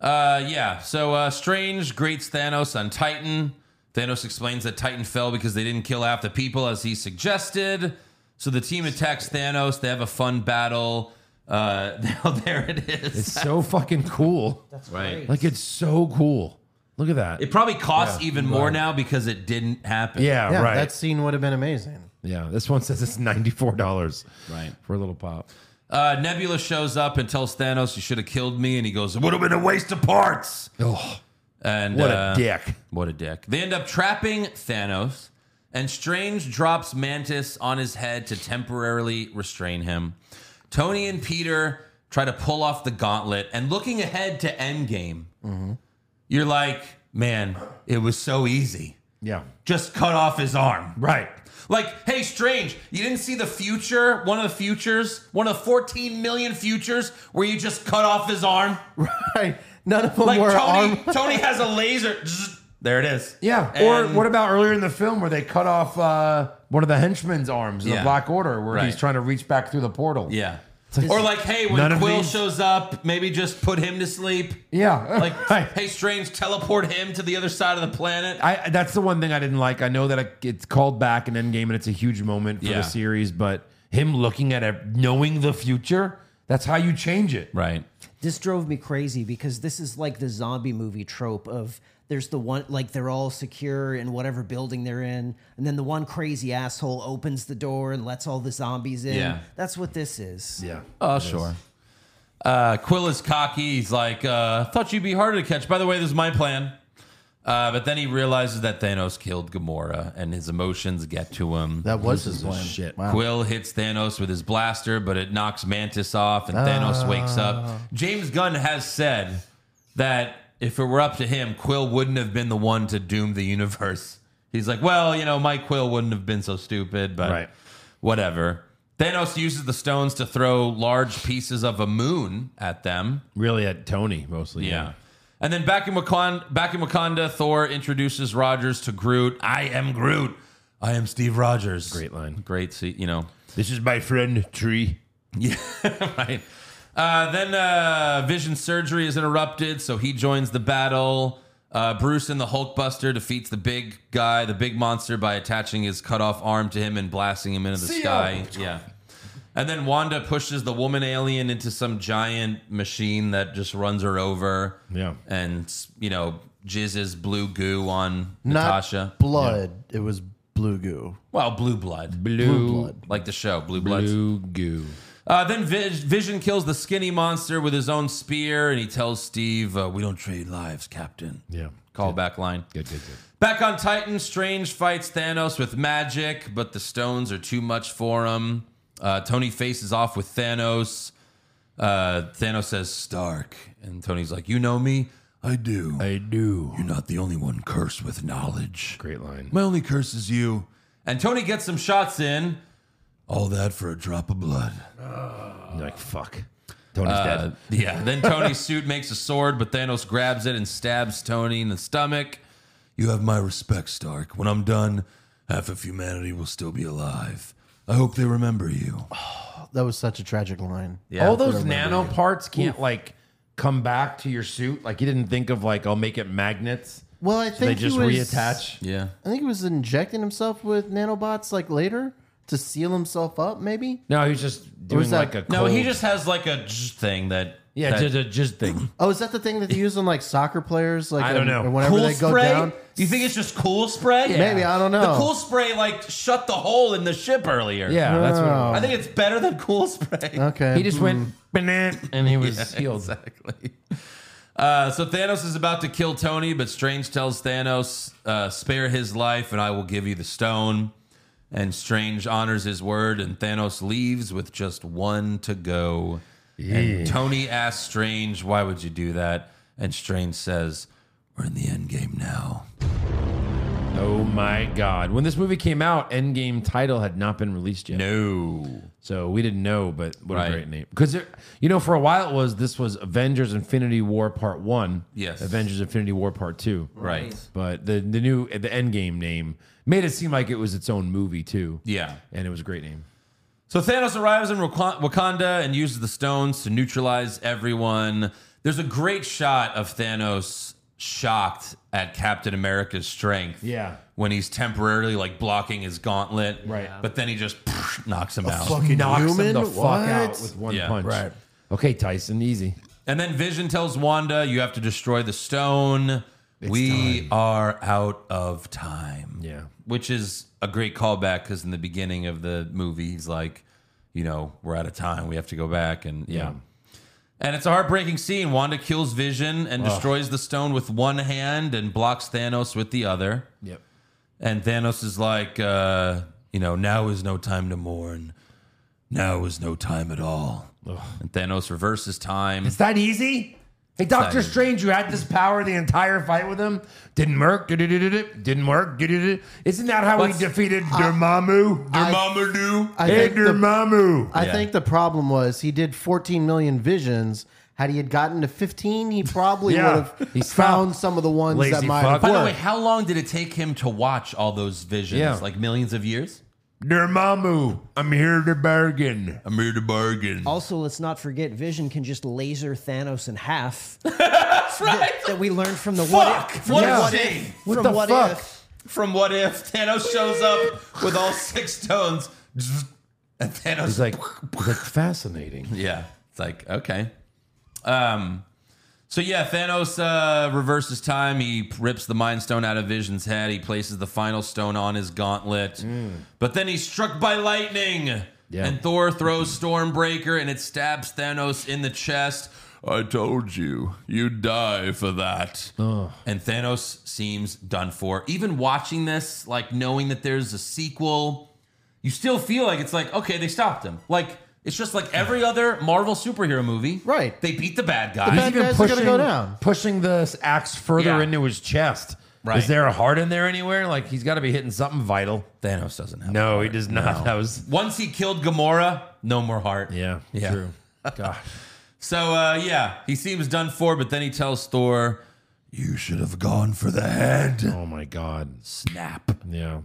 Uh, yeah. So uh, Strange greets Thanos on Titan. Thanos explains that Titan fell because they didn't kill half the people as he suggested. So the team attacks Thanos. They have a fun battle. Uh, now there it is. It's so fucking cool. right. Like it's so cool. Look at that. It probably costs even more now because it didn't happen. yeah, yeah, right. that scene would have been amazing. yeah, this one says it's $94 Right. for a little pop. Uh, Nebula shows up and tells Thanos, "You should have killed me." And he goes, "It would have been a waste of parts." Oh, And what uh, a dick. What a dick. They end up trapping Thanos, and Strange drops Mantis on his head to temporarily restrain him. Tony and Peter try to pull off the gauntlet, and looking ahead to Endgame, you're like, man, it was so easy. Yeah. Just cut off his arm. Right. Like, hey, Strange, you didn't see the future, one of the futures, one of the 14 million futures where you just cut off his arm? Right? None of them Like, were Tony, armed. Tony has a laser. There it is. Yeah. or And- what about earlier in the film where they cut off uh, one of the henchmen's arms in Yeah. the Black Order where he's Right. trying to reach back through the portal? Yeah. or like, hey, none when of Quill these- shows up, maybe just put him to sleep. Yeah. Like, Right. hey, Strange, teleport him to the other side of the planet. I, that's the one thing I didn't like. I know that it- it's called back in Endgame and it's a huge moment for Yeah. the series, but him looking at it, knowing the future, that's how you change it. right. this drove me crazy because this is like the zombie movie trope of there's the one like they're all secure in whatever building they're in and then the one crazy asshole opens the door and lets all the zombies in Yeah. that's what this is Yeah. Oh, sure. Uh, Quill is cocky. He's like, uh, thought you'd be harder to catch. By the way, this is my plan. Uh, but then he realizes that Thanos killed Gamora, and his emotions get to him. That was his plan. shit. Wow. Quill hits Thanos with his blaster, but it knocks Mantis off, and Ah. Thanos wakes up. James Gunn has said that if it were up to him, Quill wouldn't have been the one to doom the universe. He's like, well, you know, Mike Quill wouldn't have been so stupid, but Right. whatever. Thanos uses the stones to throw large pieces of a moon at them. Really at Tony mostly. Yeah. And then back in Wakanda, back in Wakanda, Thor introduces Rogers to Groot. I am Groot. I am Steve Rogers. Great line. Great, see, you know. This is my friend Tree. Yeah, right. Uh, then uh, Vision surgery is interrupted, so he joins the battle. Uh, Bruce and the Hulkbuster defeats the big guy, the big monster, by attaching his cut off arm to him and blasting him into the sky. Yeah. And then Wanda pushes the woman alien into some giant machine that just runs her over. Yeah. And, you know, jizzes blue goo on Not Natasha. blood. It was blue goo. Well, blue blood. Blue, blood. Like the show, Blue Bloods. Blue goo. Uh, then Vis- Vision kills the skinny monster with his own spear, and he tells Steve, uh, "We don't trade lives, Captain." Yeah. Callback line. Good, good, good. Back on Titan, Strange fights Thanos with magic, but the stones are too much for him. Uh, Tony faces off with Thanos. Uh, Thanos says, "Stark," and Tony's like, "You know me? I do. I do. You're not the only one cursed with knowledge. Great line. My only curse is you. And Tony gets some shots in. All that for a drop of blood. You're like, fuck. Tony's Uh, dead. yeah. Then Tony's suit makes a sword, but Thanos grabs it and stabs Tony in the stomach. You have my respect, Stark. When I'm done, half of humanity will still be alive. I hope they remember you. That was such a tragic line. All those nano parts can't like come back to your suit. Like he didn't think of like I'll make it magnets. Well, I They think just he was, reattach. Yeah. I think he was injecting himself with nanobots like later to seal himself up. Maybe. No, he's just doing was that- like a No, he cold- just has like a j- thing that. yeah, that, just, just thing. Oh, is that the thing that they use on like soccer players? Like I don't um, know. Or whenever they go down. Do you think it's just cool spray? Maybe, I don't know. The cool spray like shut the hole in the ship earlier. Yeah, Uh, that's what. It Oh. was. I think it's better than cool spray. Okay. He just went banana and he was healed. Exactly. Uh, so Thanos is about to kill Tony, but Strange tells Thanos, uh, "Spare his life, and I will give you the stone." And Strange honors his word, and Thanos leaves with just one to go. And Tony asks Strange, "Why would you do that?" And Strange says, "We're in the end game now." Oh my god! When this movie came out, Endgame title had not been released yet, No. so we didn't know. But what Right. a great name! Because you know, for a while it was this was Avengers: Infinity War Part One. Yes. Avengers: Infinity War Part Two. Right. But the the new the Endgame name made it seem like it was its own movie too. Yeah. and it was a great name. So Thanos arrives in Waka- Wakanda and uses the stones to neutralize everyone. There's a great shot of Thanos shocked at Captain America's strength. Yeah. When he's temporarily like blocking his gauntlet. Right. Yeah. But then he just knocks him out. Knocks human? him the fuck What? out with one Yeah. punch. Right. Okay, Tyson, easy. And then Vision tells Wanda, You have to destroy the stone. we are out of time. Yeah. Which is a great callback because in the beginning of the movie, he's like, You know, we're out of time. We have to go back. And yeah. And it's a heartbreaking scene. Wanda kills Vision and destroys the stone with one hand and blocks Thanos with the other. Yep. And Thanos is like, uh, you know, now is no time to mourn. Now is no time at all. And Thanos reverses time. It's that easy? Hey, Doctor easy. Strange, you had this power the entire fight with him. Didn't work. do-do-do-do-do, Didn't work. do-do-do-do. Isn't that how What's- we defeated Dormammu? I- Mama do. I Hey, think the Dormammu. I Yeah. think the problem was he did 14 million visions. Had he had gotten to 15, he probably Yeah. would He have found stopped. some of the ones Lazy that might have fuck. By worked. the way, how long did it take him to watch all those visions? Yeah. Like millions of years? Dormammu, I'm here to bargain. I'm here to bargain. Also, let's not forget Vision can just laser Thanos in half. That's right. That, we learned from the Fuck! what if. What Yeah. a shame. What from the what fuck? if. From what if Thanos shows up with all six stones and Thanos It's like, it's like fascinating. Yeah. It's like, okay. Um so yeah, Thanos uh, reverses time. He rips the Mind Stone out of Vision's head. He places the final stone on his gauntlet, but then he's struck by lightning, Yeah. And Thor throws Stormbreaker and it stabs Thanos in the chest. I told you, you'd die for that. And Thanos seems done for. Even watching this, like knowing that there's a sequel, you still feel like it's like, okay, they stopped him. Like, it's just like every other Marvel superhero movie. Right. They beat the bad guy. bad- guys are gonna go down. pushing this axe further Yeah. into his chest. Right. Is there a heart in there anywhere? Like he's got to be hitting something vital. Thanos doesn't have No, he does not. That was Once he killed Gamora, no more heart. yeah, Yeah. true. Gosh. So uh, yeah, he seems done for, but then he tells Thor, You should have gone for the head. Oh my god. "Snap!" Yeah.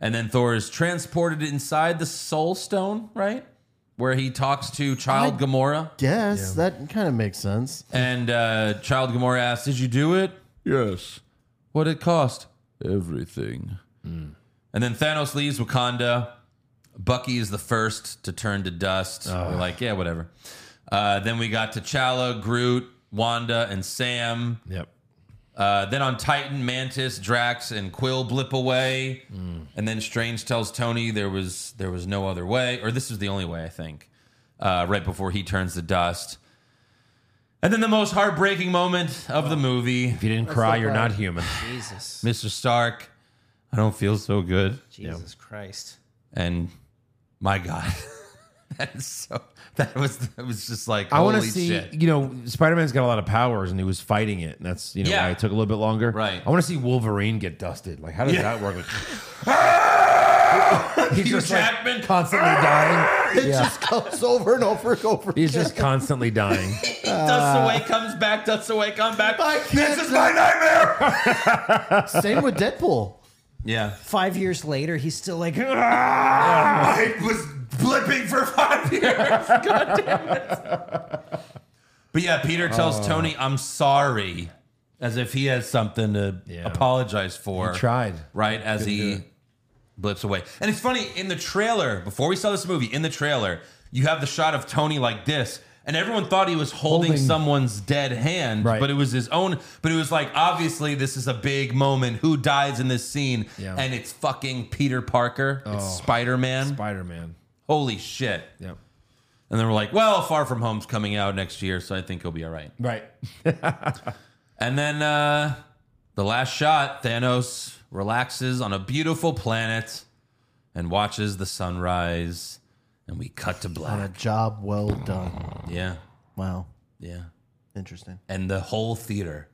And then Thor is transported inside the Soul Stone, right, where he talks to Child Gamora, Yes, that kind of makes sense. and uh, Child Gamora asks, "Did you do it? Yes. What it cost?" Everything. And then Thanos leaves Wakanda. Bucky is the first to turn to dust. We're like, yeah, whatever. Uh, then we got T'Challa, Groot, Wanda, and Sam. Yep. Uh, then on Titan, Mantis, Drax, and Quill blip away, Hmm. and then Strange tells Tony there was there was no other way, or this was the only way, I think. Uh, right before he turns to dust, and then the most heartbreaking moment of the movie, If you didn't cry, you're not human. Jesus. Mr. Stark. I don't feel so good, Jesus Christ. and my God, that is so. That was that was just like I want holy to see, shit. you know, Spider Man's got a lot of powers and he was fighting it, and that's, you know, Yeah. why it took a little bit longer. Right. I want to see Wolverine get dusted. Like, how does that work? Like, he's Hugh just like, Jackman. constantly dying. It just goes over and over and over. He's just constantly dying. dusts away, comes back. Dusts away, come back. This is my nightmare. Same with Deadpool. Yeah, Five years later, he's still like, I was blipping for five years. God damn it. But yeah, Peter tells Tony, I'm sorry, as if he has something to apologize for. He tried. Right? As he blips away. And it's funny, in the trailer, before we saw this movie, in the trailer, you have the shot of Tony like this. And everyone thought he was holding, Holding- someone's dead hand, Right. but it was his own. But it was like, obviously, this is a big moment. Who dies in this scene? Yeah. Oh. And it's fucking Peter Parker. It's Spider Man. Spider Man. Holy shit. Yep. And then we're like, well, Far From Home's coming out next year, so I think he'll be all right. Right. And then uh, the last shot Thanos relaxes on a beautiful planet and watches the sunrise, and we cut to On a black. job well done. Yeah. Wow. Yeah. Interesting. And the whole theater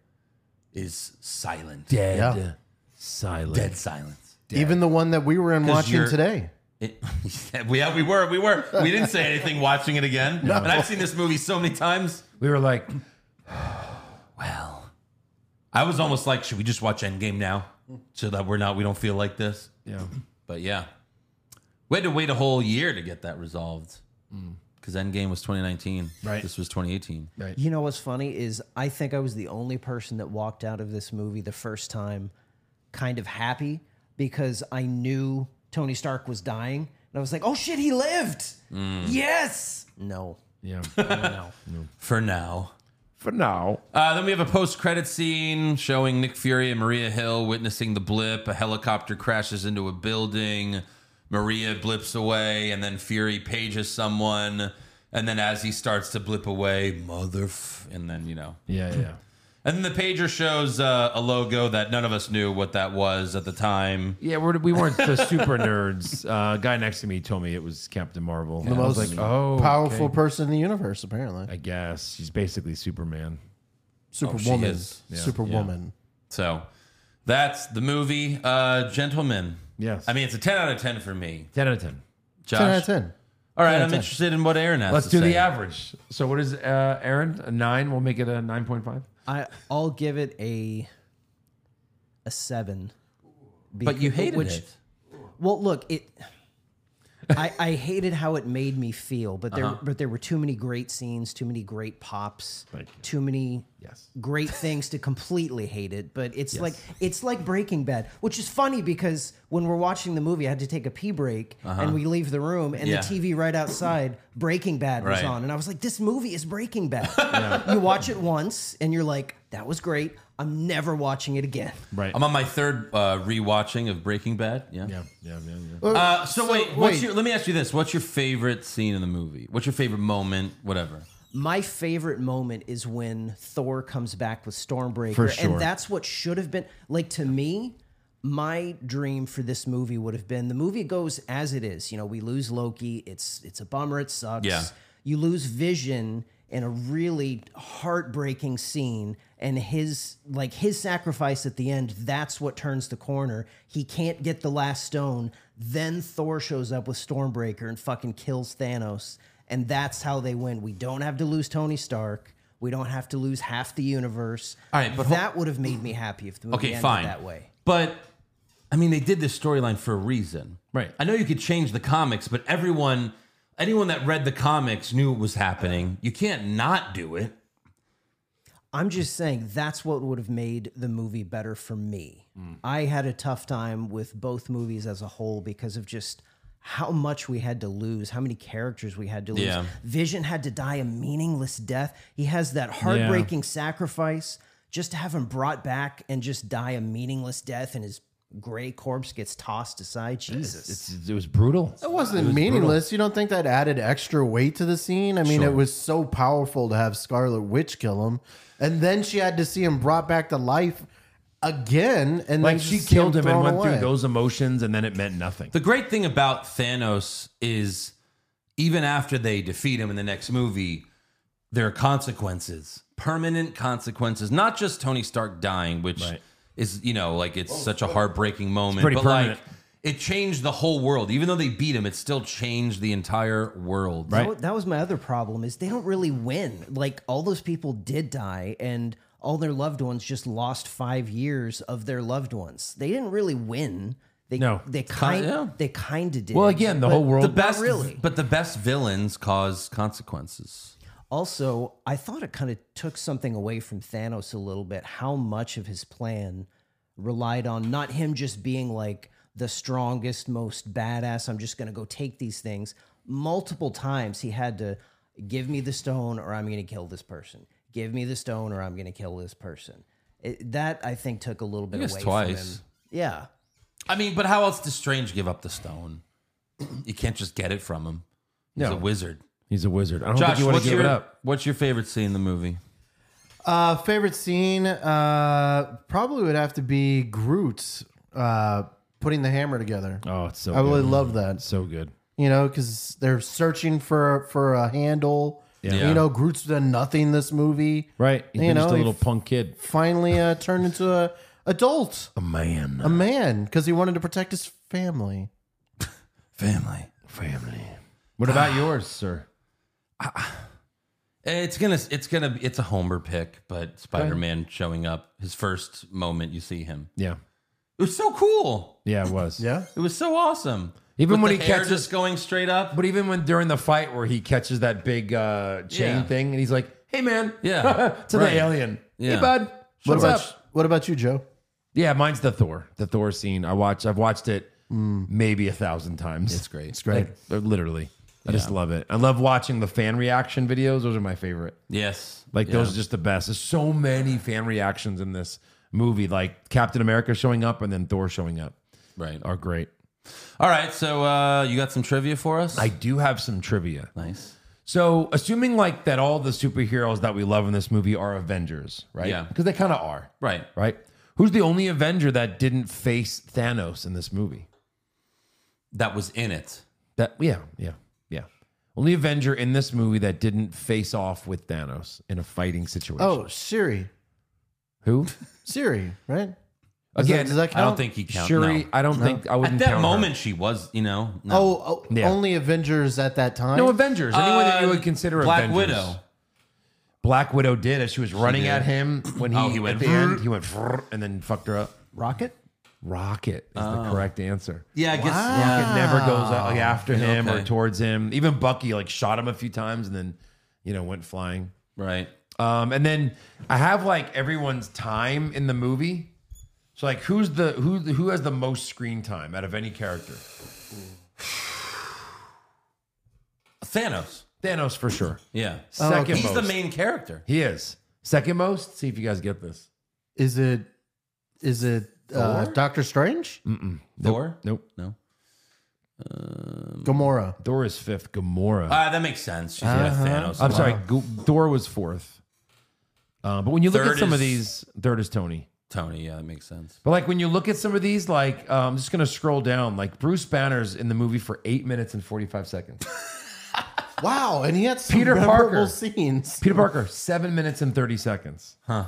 is silent. Dead. Yeah. Silent. Dead silence. Even the one that we were in watching you're- today. It, yeah, we were. We were. We didn't say anything watching it again. And I've seen this movie so many times. We were like, Well, I was almost like, should we just watch Endgame now, so that we're not, we don't feel like this. yeah. But yeah, we had to wait a whole year to get that resolved because Endgame was 2019. Mm. Right. This was 2018. You know what's funny is I think I was the only person that walked out of this movie the first time kind of happy because I knew Tony Stark was dying. And I was like, oh shit, he lived. Mm. Yes. No. Yeah. No. For now. For now. Uh, then we have a post-credit scene showing Nick Fury and Maria Hill witnessing the blip. A helicopter crashes into a building. Maria blips away, and then Fury pages someone. And then as he starts to blip away, mother, f-, and then you know, Yeah. Yeah. And then the pager shows uh, a logo that none of us knew what that was at the time. Yeah, we're, we weren't the super nerds. Uh, guy next to me told me it was Captain Marvel. The I most was like, oh, powerful okay. person in the universe, apparently. I guess she's basically Superman. oh, she Superwoman. is. Superwoman. So that's the movie, uh, Gentlemen. Yes. I mean, it's a 10 out of 10 for me. ten out of ten. Josh. 10 out of 10. All right, out of I'm 10. interested in what Aaron has Let's to do say. the average. So what is uh, Aaron? A nine. We'll make it a nine point five. I, I'll give it a a seven. But you Because- hated which- it. Well, look, it. I, I hated how it made me feel, but Uh-huh. there but there were too many great scenes, too many great pops, too many Yes. great things to completely hate it. But it's like it's like Breaking Bad, which is funny because when we're watching the movie, I had to take a pee break and we leave the room, and Yeah. the TV right outside Breaking Bad was Right. on, and I was like, this movie is Breaking Bad. You watch it once, and you're like, that was great. I'm never watching it again. Right. I'm on my third uh, rewatching of Breaking Bad. Yeah. yeah, yeah, yeah, yeah. Uh, so, wait, what's wait. your? Let me ask you this: What's your favorite scene in the movie? What's your favorite moment? Whatever. My favorite moment is when Thor comes back with Stormbreaker. For sure. And that's what should have been like to me, my dream for this movie would have been the movie goes as it is. You know, we lose Loki, it's it's a bummer, it sucks. Yeah. You lose vision in a really heartbreaking scene and his like his sacrifice at the end, that's what turns the corner. He can't get the last stone. Then Thor shows up with Stormbreaker and fucking kills Thanos. And that's how they win. We don't have to lose Tony Stark. We don't have to lose half the universe. All right, but hold- that would have made me happy if the movie Okay, ended fine. that way. But I mean, they did this storyline for a reason, Right. I know you could change the comics, but everyone, anyone that read the comics knew it was happening. You can't not do it. I'm just saying that's what would have made the movie better for me. Hmm. I had a tough time with both movies as a whole because of just how much we had to lose, how many characters we had to lose. Yeah. Vision had to die a meaningless death. He has that heartbreaking sacrifice just to have him brought back and just die a meaningless death and his gray corpse gets tossed aside. Jesus. It's, it was brutal. It wasn't meaningless. You don't think that added extra weight to the scene? I mean, it was so powerful to have Scarlet Witch kill him, and then she had to see him brought back to life again, and Like then she just see killed him and thrown went away. through those emotions, and then it meant nothing. The great thing about Thanos is even after they defeat him in the next movie, there are consequences, permanent consequences, not just Tony Stark dying, which Right. is, you know, like Oh, it's such a heartbreaking moment, pretty but permanent. like it changed the whole world. Even though they beat him, it still changed the entire world. Right. That wa- That was my other problem is they don't really win. Like all those people did die and all their loved ones just lost 5 years of their loved ones. They didn't really win. They No. they kind yeah. they kind of did. Well, again, the whole world. The best really. but the best villains cause consequences. Also, I thought it kind of took something away from Thanos a little bit how much of his plan relied on not him just being like the strongest, most badass, I'm just going to go take these things. Multiple times he had to give me the stone or I'm going to kill this person. Give me the stone or I'm going to kill this person. It, that I think took a little bit guess away twice. from him. Yeah. I mean, but how else does Strange give up the stone? You can't just get it from him. He's No. a wizard. He's a wizard. I don't think Josh, you want what's to give your, it up. what's your favorite scene in the movie? Uh, favorite scene uh, probably would have to be Groot uh, putting the hammer together. Oh, it's so. I really good. love that. So good. You know, because they're searching for for a handle. Yeah. You know, Groot's done nothing this movie. Right. He's You been just know, a he little punk kid. finally uh, turned into a adult, A man. a man, because he wanted to protect his family. Family. Family. What about yours, sir? It's gonna. It's gonna. It's a Homer pick, but Spider Man showing up his first moment you see him. Yeah. It was so cool. Yeah, it was. Yeah. It was so awesome. Even With when the he hair catches- just going straight up. But even when during the fight where he catches that big uh, chain Yeah. thing and he's like, "Hey, man!" Yeah, to right. the alien. Yeah. Hey, bud. What What's about up? what about you, Joe? Yeah, mine's the Thor. The Thor scene. I watch. I've watched it maybe a thousand times. Mm. It's great. It's Like, literally, I just love it. I love watching the fan reaction videos. Those are my favorite. Yes. Like Yeah. those are just the best. There's so many fan reactions in this movie. Like Captain America showing up and then Thor showing up Right. are great. All right. So uh, you got some trivia for us? I do have some trivia. nice. So, assuming like that, all the superheroes that we love in this movie are Avengers, right? Yeah. because they kind of are, Right. right? Who's the only Avenger that didn't face Thanos in this movie? That was in it. That yeah, yeah, yeah. Only Avenger in this movie that didn't face off with Thanos in a fighting situation. Oh, Siri. who? Siri, right? Does that- Again, does that I don't count? think he counted. Shuri. I don't think I At wouldn't that count her. moment, she was. You know. No. Oh, oh, Yeah. only Avengers at that time. No Avengers. Anyone that you Uh, would consider Black Avengers. Widow. Black Widow did as she was running at him when he, Oh, he went at the "Vroom." end. He went "Vroom," and then fucked her up. Rocket? Rocket is Oh. the correct answer. Yeah. I guess. Rocket never goes out, like, after him Oh, Okay. or towards him. Even Bucky like shot him a few times and then you know went flying. Right. Um, and then I have like everyone's time in the movie. So like who's the who who has the most screen time out of any character? Thanos. Thanos for sure. Yeah. Second Oh, He's most. the main character. He is second most. See if you guys get this. Is it? Is it uh, Doctor Strange? Thor? Nope. No. Gamora. Thor is fifth. Gamora. Uh-huh. Ah, that makes sense. She's with Thanos. I'm sorry. Go- Thor was fourth. Uh, but when you look Third at some of is- these, third is Tony. Tony, yeah, that makes sense. But like when you look at some of these, like uh, I'm just gonna scroll down. Like Bruce Banner's in the movie for eight minutes and 45 seconds. Wow, and he had some Peter memorable Parker. scenes. Peter Parker, seven minutes and 30 seconds. Huh.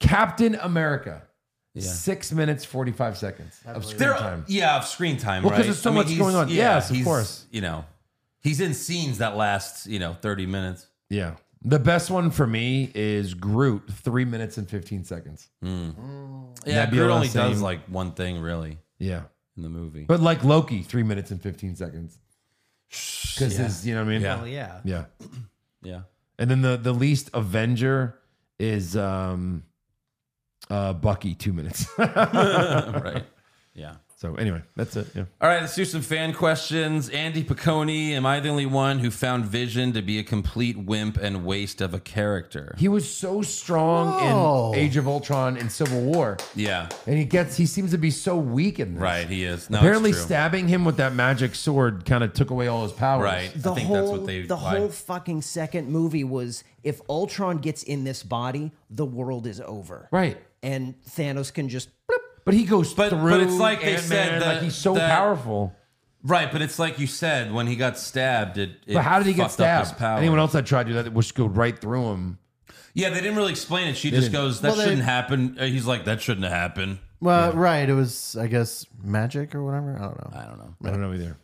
Captain America, six minutes 45 seconds of screen They're- time. Yeah, of screen time, Well, 'cause right? there's so much he's- going on. Yes, of he's, course. You know, he's in scenes that last, you know, 30 minutes. Yeah. The best one for me is Groot, three minutes and 15 seconds. Yeah, That'd be Groot all only the does same. like one thing really Yeah. in the movie. But like Loki, three minutes and 15 seconds. Because Yeah. his, you know what I mean? Yeah. Well, yeah. Yeah. Yeah. And then the, the least Avenger is um, uh, Bucky, two minutes. right. Yeah. so anyway, that's it. Yeah. All right, let's do some fan questions. Andy Piccone, am I the only one who found Vision to be a complete wimp and waste of a character? He was so strong Whoa. in Age of Ultron and Civil War. Yeah, And he gets he seems to be so weak in this. right. He is. No, it's Apparently true. stabbing him with that magic sword kind of took away all his powers. Right. The I think whole, that's what they. the why- whole fucking second movie was if Ultron gets in this body, the world is over. Right. And Thanos can just But he goes But- through but it's like they Ant-Man, said that- like he's so that- powerful. Right, but it's like you said when he got stabbed. It. it But how did he get fucked up his stabbed? power. Anyone else that tried to do that which go right through him. Yeah, they didn't really explain it. She just didn't. goes, "That Well, they- shouldn't happen." Uh, He's like, "That shouldn't have happened." Well, right. It was, I guess, magic or whatever. I don't know. I don't know. I don't know either.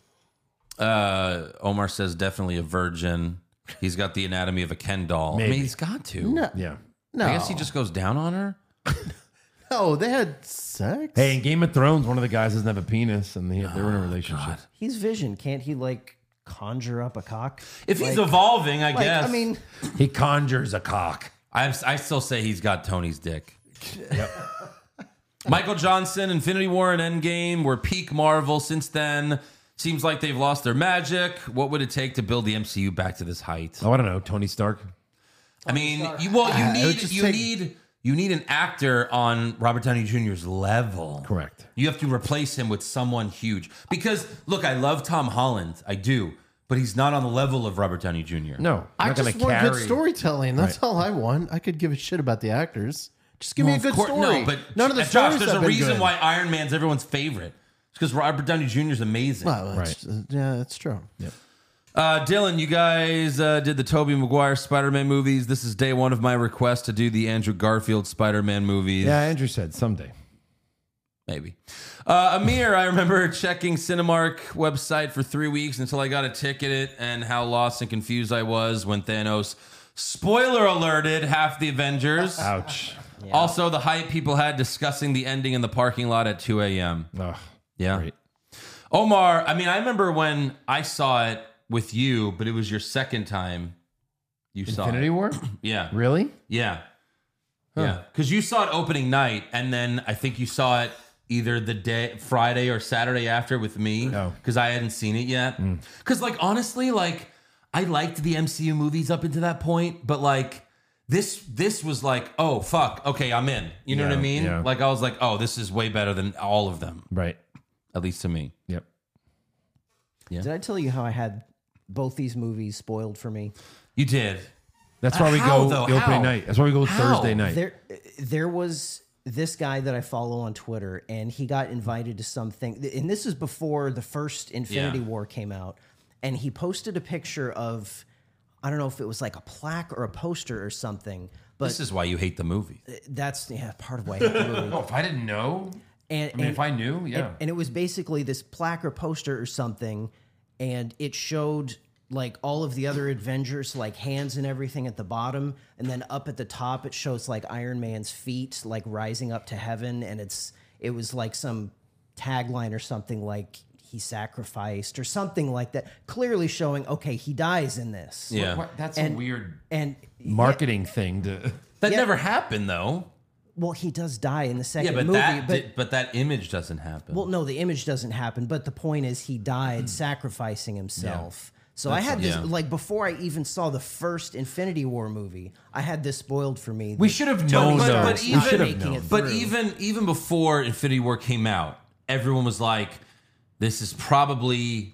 Uh, Omar says definitely a virgin. He's got the anatomy of a Ken doll. I mean, he's got to. Yeah. No, I guess he just goes down on her. no. Oh, They had sex. Hey, in Game of Thrones, one of the guys doesn't have a penis and they, they're in Oh, a relationship. he's Vision. Can't he like conjure up a cock? If he's Like- evolving, I like, guess. I mean, He conjures a cock. I, I still say he's got Tony's dick. Michael Johnson, Infinity War and Endgame were peak Marvel. Since then, seems like they've lost their magic. What would it take to build the MCU back to this height? Oh, I don't know, Tony Stark. I mean, you, well, you it would need just you take- need you need an actor on Robert Downey Jr.'s level. Correct. You have to replace him with someone huge. Because look, I love Tom Holland, I do, but he's not on the level of Robert Downey Jr. No. I I'm not gonna just want carry. good storytelling. That's all I want. I could give a shit about the actors. Just give me a Of good cour- story. No, but none of the uh, Josh, stories there's have a been reason good. why Iron Man's everyone's favorite. It's because Robert Downey Jr. is amazing. Well, that's- yeah, that's true. Uh, Dylan, you guys uh, did the Tobey Maguire Spider-Man movies. This is day one of my request to do the Andrew Garfield Spider-Man movies. Yeah, Andrew said someday. Maybe. Uh, Amir, I remember checking Cinemark website for three weeks until I got a ticket and how lost and confused I was when Thanos, spoiler alerted, half the Avengers. Ouch. Also, the hype people had discussing the ending in the parking lot at 2 a.m. Ugh. Yeah. Great. Omar, I mean, I remember when I saw it with you, but it was your second time you saw Infinity it. War? Yeah. Really? Yeah. Yeah. Because you saw it opening night, and then I think you saw it either the day Friday or Saturday after with me. No. Because I hadn't seen it yet. Mm. Because, like, honestly, like, I liked the MCU movies up until that point, but like, this this was like, oh fuck, okay, I'm in. You know Yeah, what I mean? yeah. Like I was like, oh, this is way better than all of them, Right. at least to me. Yep. did I tell you how I had both these movies spoiled for me? You did. That's why we How, go though? the opening How? night. That's why we go How? Thursday night. There, there was this guy that I follow on Twitter, and he got invited to something. And this is before the first Infinity Yeah. War came out, and he posted a picture of, I don't know if it was like a plaque or a poster or something, but This is why you hate the movie. that's yeah part of why I hate the movie. oh, if I didn't know, And, I mean, and- if I knew, yeah. and it was basically this plaque or poster or something and it showed like all of the other Avengers, like hands and everything at the bottom and then up at the top it shows like iron man's feet like rising up to heaven and it's it was like some tagline or something like he sacrificed or something like that clearly showing okay he dies in this Yeah. What- that's a and- weird and marketing thing to. That never happened though. well he does die in the Yeah, second but movie that but did- but that image doesn't happen. Hmm. Well, no, the image doesn't happen, but the point is he died sacrificing himself. So I had this like before I even saw the first Infinity War movie, I had this spoiled for me. We that should have known, Tony but- though. Stark's but not even- should have making it But through. even even before Infinity War came out, everyone was like, "This is probably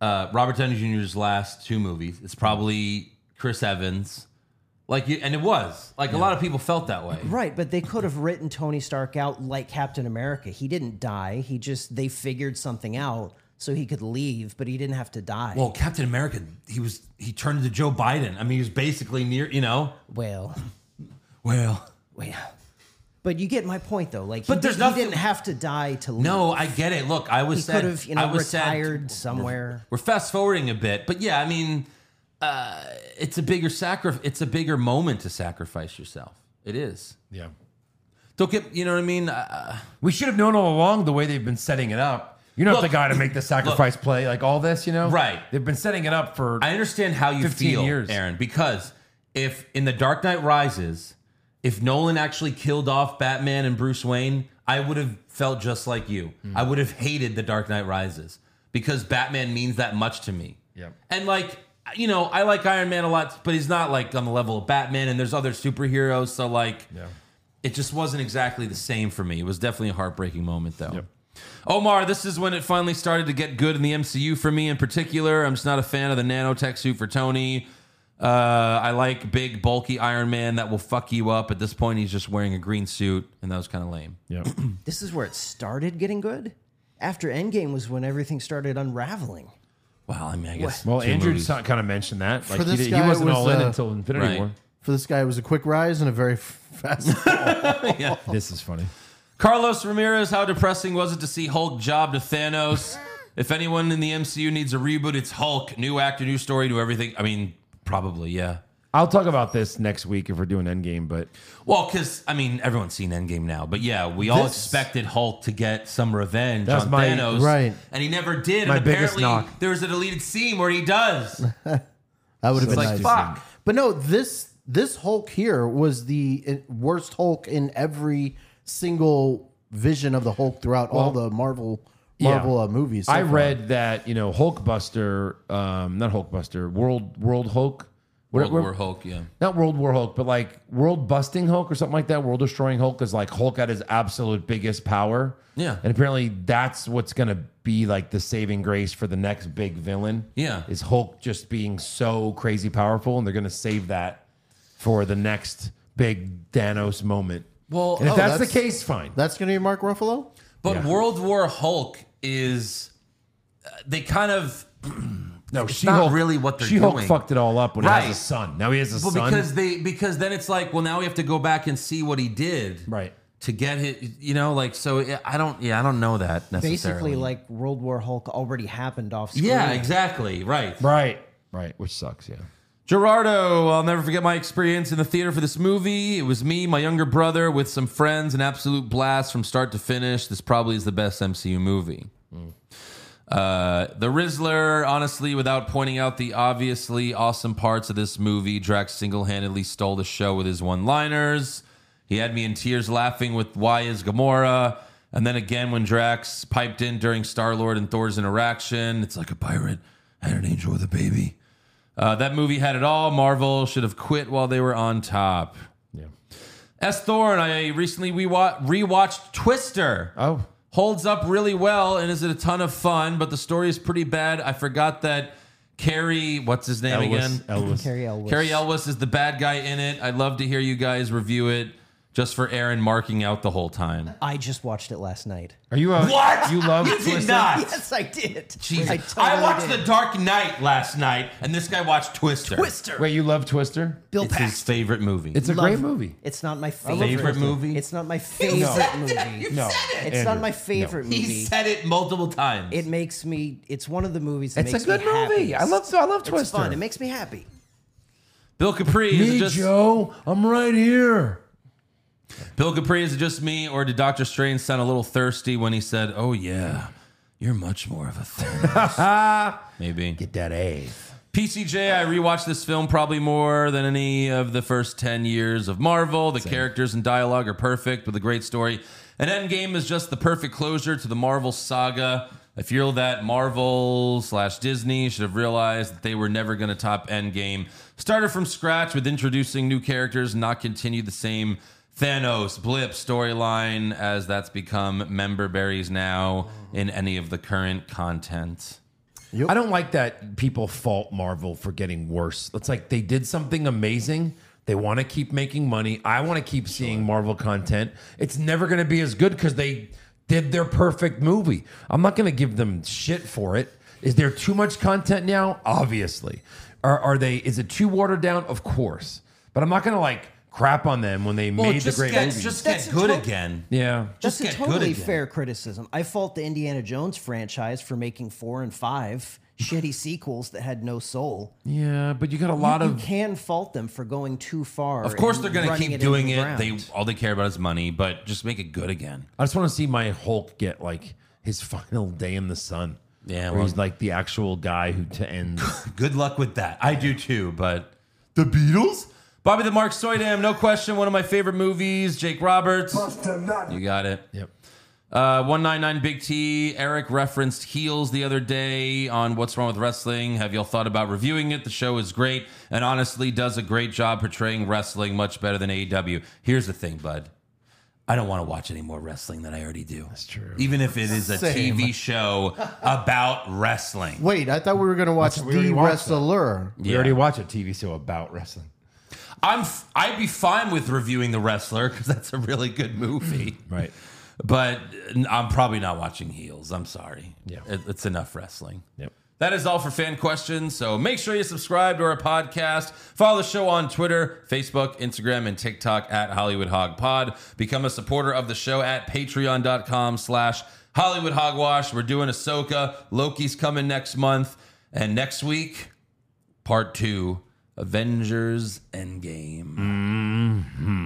uh, Robert Downey Jr.'s last two movies. It's probably Chris Evans." Like, you, and it was like a lot of people felt that way. Right, but they could have written Tony Stark out like Captain America. He didn't die. He just they figured something out so he could leave, but he didn't have to die. Well, Oh, Captain America, he was he turned into Joe Biden. I mean, he was basically near, you know. well, Well, well. But you get my point though. Like, But he, there's did, nothing- he didn't have to die to leave. no, Oh, I get it. Look, I was he sad- could have you know I was sad- retired somewhere. We're fast forwarding a bit, but yeah, I mean, uh, it's a bigger sacrifice. It's a bigger moment to sacrifice yourself. It is. Yeah. Don't get, you know what I mean? Uh, We should have known all along the way they've been setting it up. You're not Look, the guy to make the sacrifice play like all this, you know? Right. They've been setting it up for. I understand how you 15 feel, years. Aaron, because if in The Dark Knight Rises, if Nolan actually killed off Batman and Bruce Wayne, I would have felt just like you. Hmm. I would have hated The Dark Knight Rises because Batman means that much to me. Yep. And like, you know, I like Iron Man a lot, but he's not like on the level of Batman and there's other superheroes, so like Yeah. it just wasn't exactly the same for me. It was definitely a heartbreaking moment, though. Omar, this is when it finally started to get good in the MCU for me in particular. I'm just not a fan of the nanotech suit for Tony. Uh, I like big, bulky Iron Man that will fuck you up. At this point, he's just wearing a green suit, and that was kind of lame. Yep. This is where it started getting good. After Endgame was when everything started unraveling. Well, I mean, I guess. Well, two Andrew movies. kind of mentioned that. Like, For he, this did- he guy, it wasn't was, all in uh, until Infinity Right. War. For this guy, it was a quick rise and a very fast. This is funny. Carlos Ramirez, how depressing was it to see Hulk job to Thanos? if anyone in the MCU needs a reboot, it's Hulk. New actor, new story, new everything. I mean, probably, yeah. I'll talk about this next week if we're doing Endgame, but Well, because I mean, everyone's seen Endgame now, but yeah, we all This- expected Hulk to get some revenge That's on my- Thanos, right. And he never did. My and biggest apparently, knock. there was a deleted scene where he does. It's That would have been like nice. fuck. But no, this this Hulk here was the uh, worst Hulk in every single vision of the Hulk throughout all the Marvel Marvel Yeah. uh, movies. so I far. read that, you know, Hulkbuster, um, not Hulkbuster, World World Hulk. What- World what- War Hulk, yeah. not World War Hulk, but like World Busting Hulk or something like that. World Destroying Hulk is like Hulk at his absolute biggest power. Yeah. And apparently that's what's going to be like the saving grace for the next big villain. Yeah. Is Hulk just being so crazy powerful and they're going to save that for the next big Thanos moment. Well, and if oh, that's, that's- the case, fine. That's going to be Mark Ruffalo. But World War Hulk is uh, they kind of no, it's not really what they're She Hulk doing. fucked it all up when he Right. has a son. Now he has a well, son. because they because then it's like well now we have to go back and see what he did right. to get it you know like so yeah, I don't yeah I don't know that necessarily Basically, like World War Hulk already happened off screen. yeah exactly right Right. Right. Which sucks. Yeah. Gerardo, I'll never forget my experience in the theater for this movie. It was me, my younger brother, with some friends, an absolute blast from start to finish. This probably is the best MCU movie. Uh, the Rizzler, honestly, without pointing out the obviously awesome parts of this movie, Drax single handedly stole the show with his one liners. He had me in tears laughing with Why is Gamora? And then again, when Drax piped in during Star Lord and Thor's interaction, it's like a pirate and an angel with a baby. Uh, that movie had it all. Marvel should have quit while they were on top. Yeah. S. Thorne, I recently we wa- rewatched Twister. Oh. Holds up really well and is a ton of fun, but the story is pretty bad. I forgot that Carrie, what's his name again? Elvis. Carrie Elwes. Carrie Elwes is the bad guy in it. I'd love to hear you guys review it just for Aaron marking out the whole time. I just watched it last night. Are you a, What? You love You did Twisted? not. Yes, I did. Jesus. I, I, totally watched did. The Dark Knight last night, and this guy watched Twister. Twister. Wait, you love Twister? Bill It's his Paxton. favorite movie. It's a Love- great movie. It's not my favorite, Favorite movie? It's not my favorite movie. No, It's not my favorite movie. he said it multiple times. it makes me. It's one of the movies. That It's a makes good me movie. I happiest. love. I love It's Twister. fun. It makes me happy. Bill Capri, is it me, just Joe. I'm right here. Bill Capri, is it just me, or did Doctor Strange sound a little thirsty when he said, "Oh yeah, you're much more of a Thanos"? Maybe. That A. PCJ, I rewatched this film probably more than any of the first 10 years of Marvel. The characters and dialogue are perfect with a great story. And Endgame is just the perfect closure to the Marvel saga. I feel that Marvel slash Disney should have realized that they were never going to top Endgame. Started from scratch with introducing new characters, and not continue the same Thanos blip storyline as that's become member berries now in any of the current content. I don't like that people fault Marvel for getting worse. It's like they did something amazing. They want to keep making money. I want to keep seeing Marvel content. It's never going to be as good because they did their perfect movie. I'm not going to give them shit for it. Is there too much content now? Obviously. Are, are they? Is it too watered down? Of course. But I'm not going to like crap on them when they made the just great get, movies. just That's get a good tot- again. yeah. Just That's a get good totally again. fair criticism. I fault the Indiana Jones franchise for making four and five shitty sequels that had no soul. Yeah, but you got a lot you of can fault them for going too far. Of course, and they're going to running keep it doing into the it. They ground. all they care about is money, but just make it good again. I just want to see my Hulk get like his final day in the sun. Yeah, where well- he's like the actual guy who to end. Good luck with that. I do too, but the Beatles, Bobby the Mark Soydam, no question, one of my favorite movies. Jake Roberts, you got it. Yep. Uh, 199 Big T, Eric referenced Heels the other day on What's Wrong with Wrestling. Have y'all thought about reviewing it? The show is great and honestly does a great job portraying wrestling much better than AEW. Here's the thing, bud. I don't want to watch any more wrestling than I already do. That's true. Even if it is a Same. TV show about wrestling. Wait, I thought we were going to watch we The already watched that. Wrestler. You already watch a TV show about wrestling, I'm f- I'd be fine with reviewing The Wrestler because that's a really good movie. right? But n- I'm probably not watching heels. I'm sorry. Yeah. It- it's enough wrestling. Yep. That is all for fan questions. So make sure you subscribe to our podcast. Follow the show on Twitter, Facebook, Instagram, and TikTok at Hollywood Hog Pod. Become a supporter of the show at patreon.com slash Hollywood Hogwash. We're doing Ahsoka. Loki's coming next month. And next week, part two, Avengers Endgame. Oh, Mm-hmm.